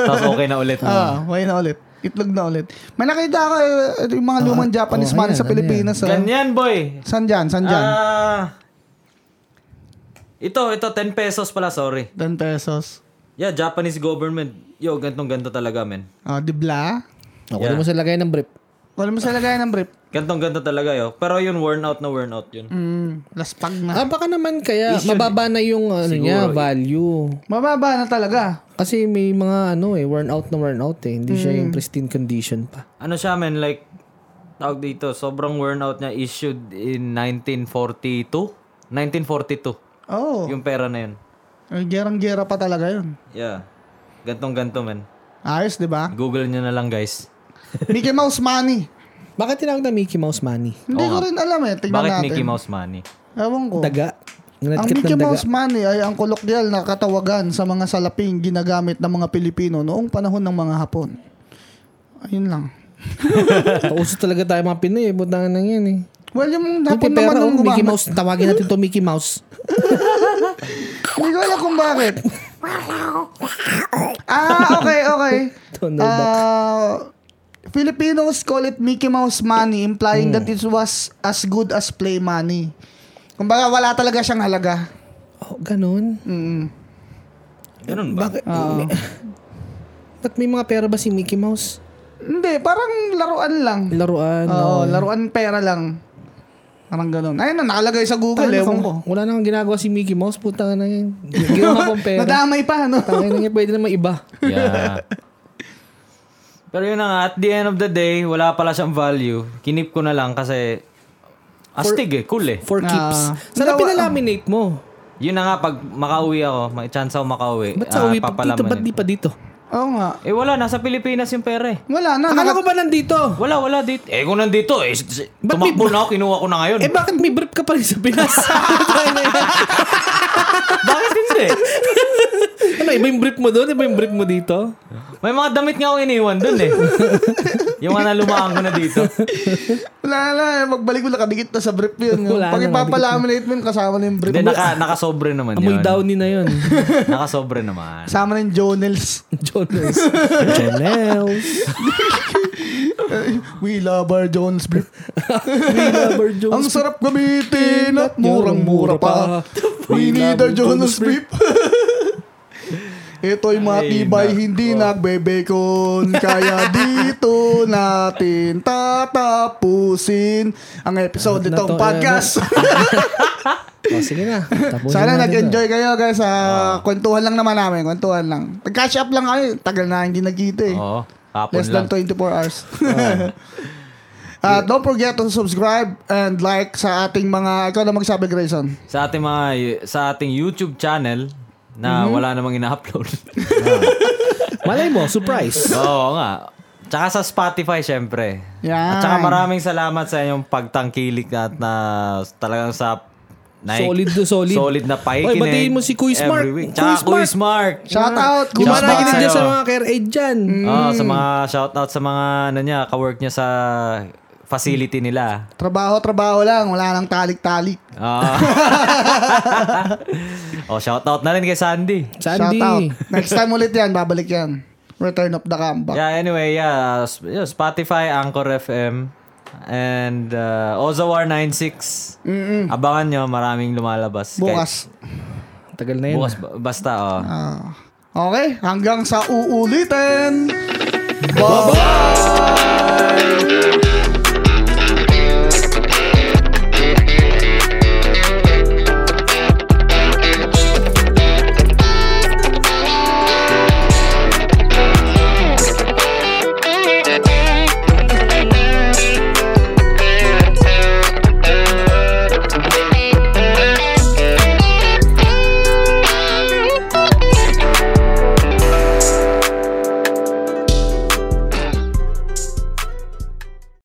S2: Tapos okay na ulit.
S3: Ah, okay na ulit. Itlog na ulit. May nakita ako eh, yung mga lumang Japanese money sa Pilipinas. ah.
S2: Ganyan, boy.
S3: San dyan? San dyan?
S2: Ah. ito, ito 10 pesos pala, sorry.
S3: 10 pesos.
S2: Yeah, Japanese government. Yo, gantong ganto talaga, men.
S3: Ah, dibla.
S1: Ako mo sa lagay ng brief.
S3: Wala mo sa lagayan ng brief.
S2: Gantong ganto talaga, yo. Pero yun, worn out na worn out yun.
S3: Mm, laspag na.
S1: Ah, baka naman kaya mababa na yung ano niya, value.
S3: Mababa na talaga.
S1: Kasi may mga ano eh, worn out na worn out eh. Hindi
S3: Hmm.
S1: siya yung pristine condition pa.
S2: Ano siya, men, like, tawag dito, sobrang worn out niya issued in 1942? 1942.
S3: Oh,
S2: Yung pera na yun.
S3: ay, gerang-gera pa talaga yun.
S2: Yeah. Gantong ganto, men.
S3: Ayos, di ba?
S2: Google nyo na lang, guys.
S3: Mickey Mouse money.
S1: Bakit tinawag na Mickey Mouse money?
S3: Hindi ko rin alam eh. Tignan
S2: Bakit
S3: natin.
S2: Mickey Mouse money?
S3: Ewan ko.
S1: Daga.
S3: Oh. Ang
S1: Nanatkit
S3: [laughs]
S1: ng
S3: Mickey
S1: daga.
S3: Mouse money ay ang kolokyal na katawagan sa mga salaping ginagamit ng mga Pilipino noong panahon ng mga Hapon. Ayun lang.
S1: Pauso talaga tayo mga Pinoy eh. Butangan lang yan eh.
S3: Well, yung
S1: Yung
S3: Hapon
S1: pera,
S3: naman nung
S1: oh, Mickey
S3: gumamit.
S1: Mouse. Tawagin natin to Mickey Mouse.
S3: Hindi ko alam kung bakit. ah, okay, okay.
S1: Donald
S3: [laughs] Ah, Filipinos call it Mickey Mouse money implying
S1: Hmm.
S3: that it was as good as play money. Kumbaga wala talaga siyang halaga.
S1: Oh, ganun.
S3: Mm.
S2: Ganun ba?
S1: Bakit? Ba't may mga pera ba si Mickey Mouse?
S3: Hindi, parang laruan lang.
S1: Laruan.
S3: Oo, laruan pera lang. Parang ganun. Ayun na, nakalagay sa Google.
S1: Tangina, kung-
S3: Ewan ko.
S1: Wala nang ginagawa si Mickey Mouse. Puta na yun. Ginawa
S2: [laughs]
S1: pang pera.
S3: [laughs] Nadamay pa, ano? no?
S1: Tangin na niya, pwede naman iba. [laughs]
S2: Yeah. Pero yun na nga, at the end of the day, wala pala siyang value. Kinip ko na lang kasi astig eh, cool eh.
S1: For keeps.
S3: Ah.
S1: Sana pinalaminate mo.
S2: Yun na nga, pag makauwi ako, may chance ako makauwi.
S1: Ba't sa
S2: ah,
S1: uwi pa dito? Ba't
S2: papalaman
S1: di
S2: yun.
S1: pa dito?
S3: Oo nga.
S2: Eh wala, nasa Pilipinas yung pera eh.
S3: Wala na.
S1: Akala ko
S3: naka-
S1: ba nandito?
S2: Wala, wala dito. Eh kung nandito eh, s- s-
S1: Ba't
S2: tumakbo na ako, kinuha ko na ngayon.
S1: Eh bakit may brief ka pa rin sa Pinas?
S2: [laughs] Bakit hindi?
S1: ano, iba yung brief mo doon? Iba yung brief mo dito?
S2: May mga damit nga akong iniwan dun
S1: [laughs]
S2: eh. yung mga nalumaan ko na dito.
S3: Wala na. Magbalik ko nakadikit na sa brief yun.
S1: Wala
S3: Pag
S1: na,
S3: ipapalaminate mo yun, kasama na yung brief.
S2: Hindi, naka, nakasobre naman
S1: Amoy
S2: yun.
S1: downy na yun.
S2: [laughs]
S1: [laughs]
S2: Nakasobre naman.
S3: Kasama na yung Jonels.
S1: Jonas. Jonas.
S3: We love our Jones brief.
S1: We love our
S3: Ang
S1: Jonas.
S3: sarap gamitin at murang-mura pa. We need our Jones brief. [laughs] Ito'y matibay, hindi nagbebekon. Kaya dito natin tatapusin ang episode
S1: Na-
S3: nitong
S1: na-
S3: podcast.
S1: Oh, sige na. Tapusin
S3: Sana
S1: natin
S3: nag-enjoy kayo guys sa
S2: Ah.
S3: kwentuhan lang naman namin, kwentuhan lang. Nag-catch up lang kayo, tagal na hindi nagkita eh.
S2: Oo, hapon
S3: Less
S2: lang.
S3: than 24 hours. [laughs] Ah, don't forget to subscribe and like sa ating mga, ikaw na magsabi Grayson.
S2: sa ating mga sa ating YouTube channel na
S1: Mm-hmm.
S2: wala namang
S1: [laughs]
S2: ina-upload.
S1: to. Malay mo, surprise.
S2: Oo nga. Tsaka sa Spotify syempre.
S3: Yan.
S2: At tsaka maraming salamat sa inyong pagtangkilik at na talagang sa na-
S1: Solid to solid.
S2: Solid na
S1: Oy,
S2: paikinig.
S1: batiin mo si Kuy Smart.
S2: Every week.
S1: Kuy
S2: Tsaka Kuy
S1: Smart.
S2: Smart.
S3: Shout out!
S1: Kung
S2: Ah. Shout out
S1: marakinig dyan
S2: sa'yo.
S1: sa mga care aid dyan.
S2: Oo,
S1: Mm.
S2: sa mga shoutout sa mga ano niya, kawork niya sa facility nila.
S3: Trabaho, trabaho lang. Wala nang talik-talik.
S1: [laughs]
S2: Ah. [laughs] oh, shoutout na rin kay Sandy.
S1: Sandy.
S3: Shout out. Next time ulit yan, babalik yan. Return of the Comeback.
S2: Yeah, anyway, yeah, sp- yeah, Spotify, Anchor FM, and uh, Ozawar96. Abangan nyo, maraming lumalabas. Kahit-
S3: Bukas.
S1: Tagal na yun.
S2: bukas, ba- basta, oh.
S3: Ah. okay, hanggang sa uulitin. Bye-bye!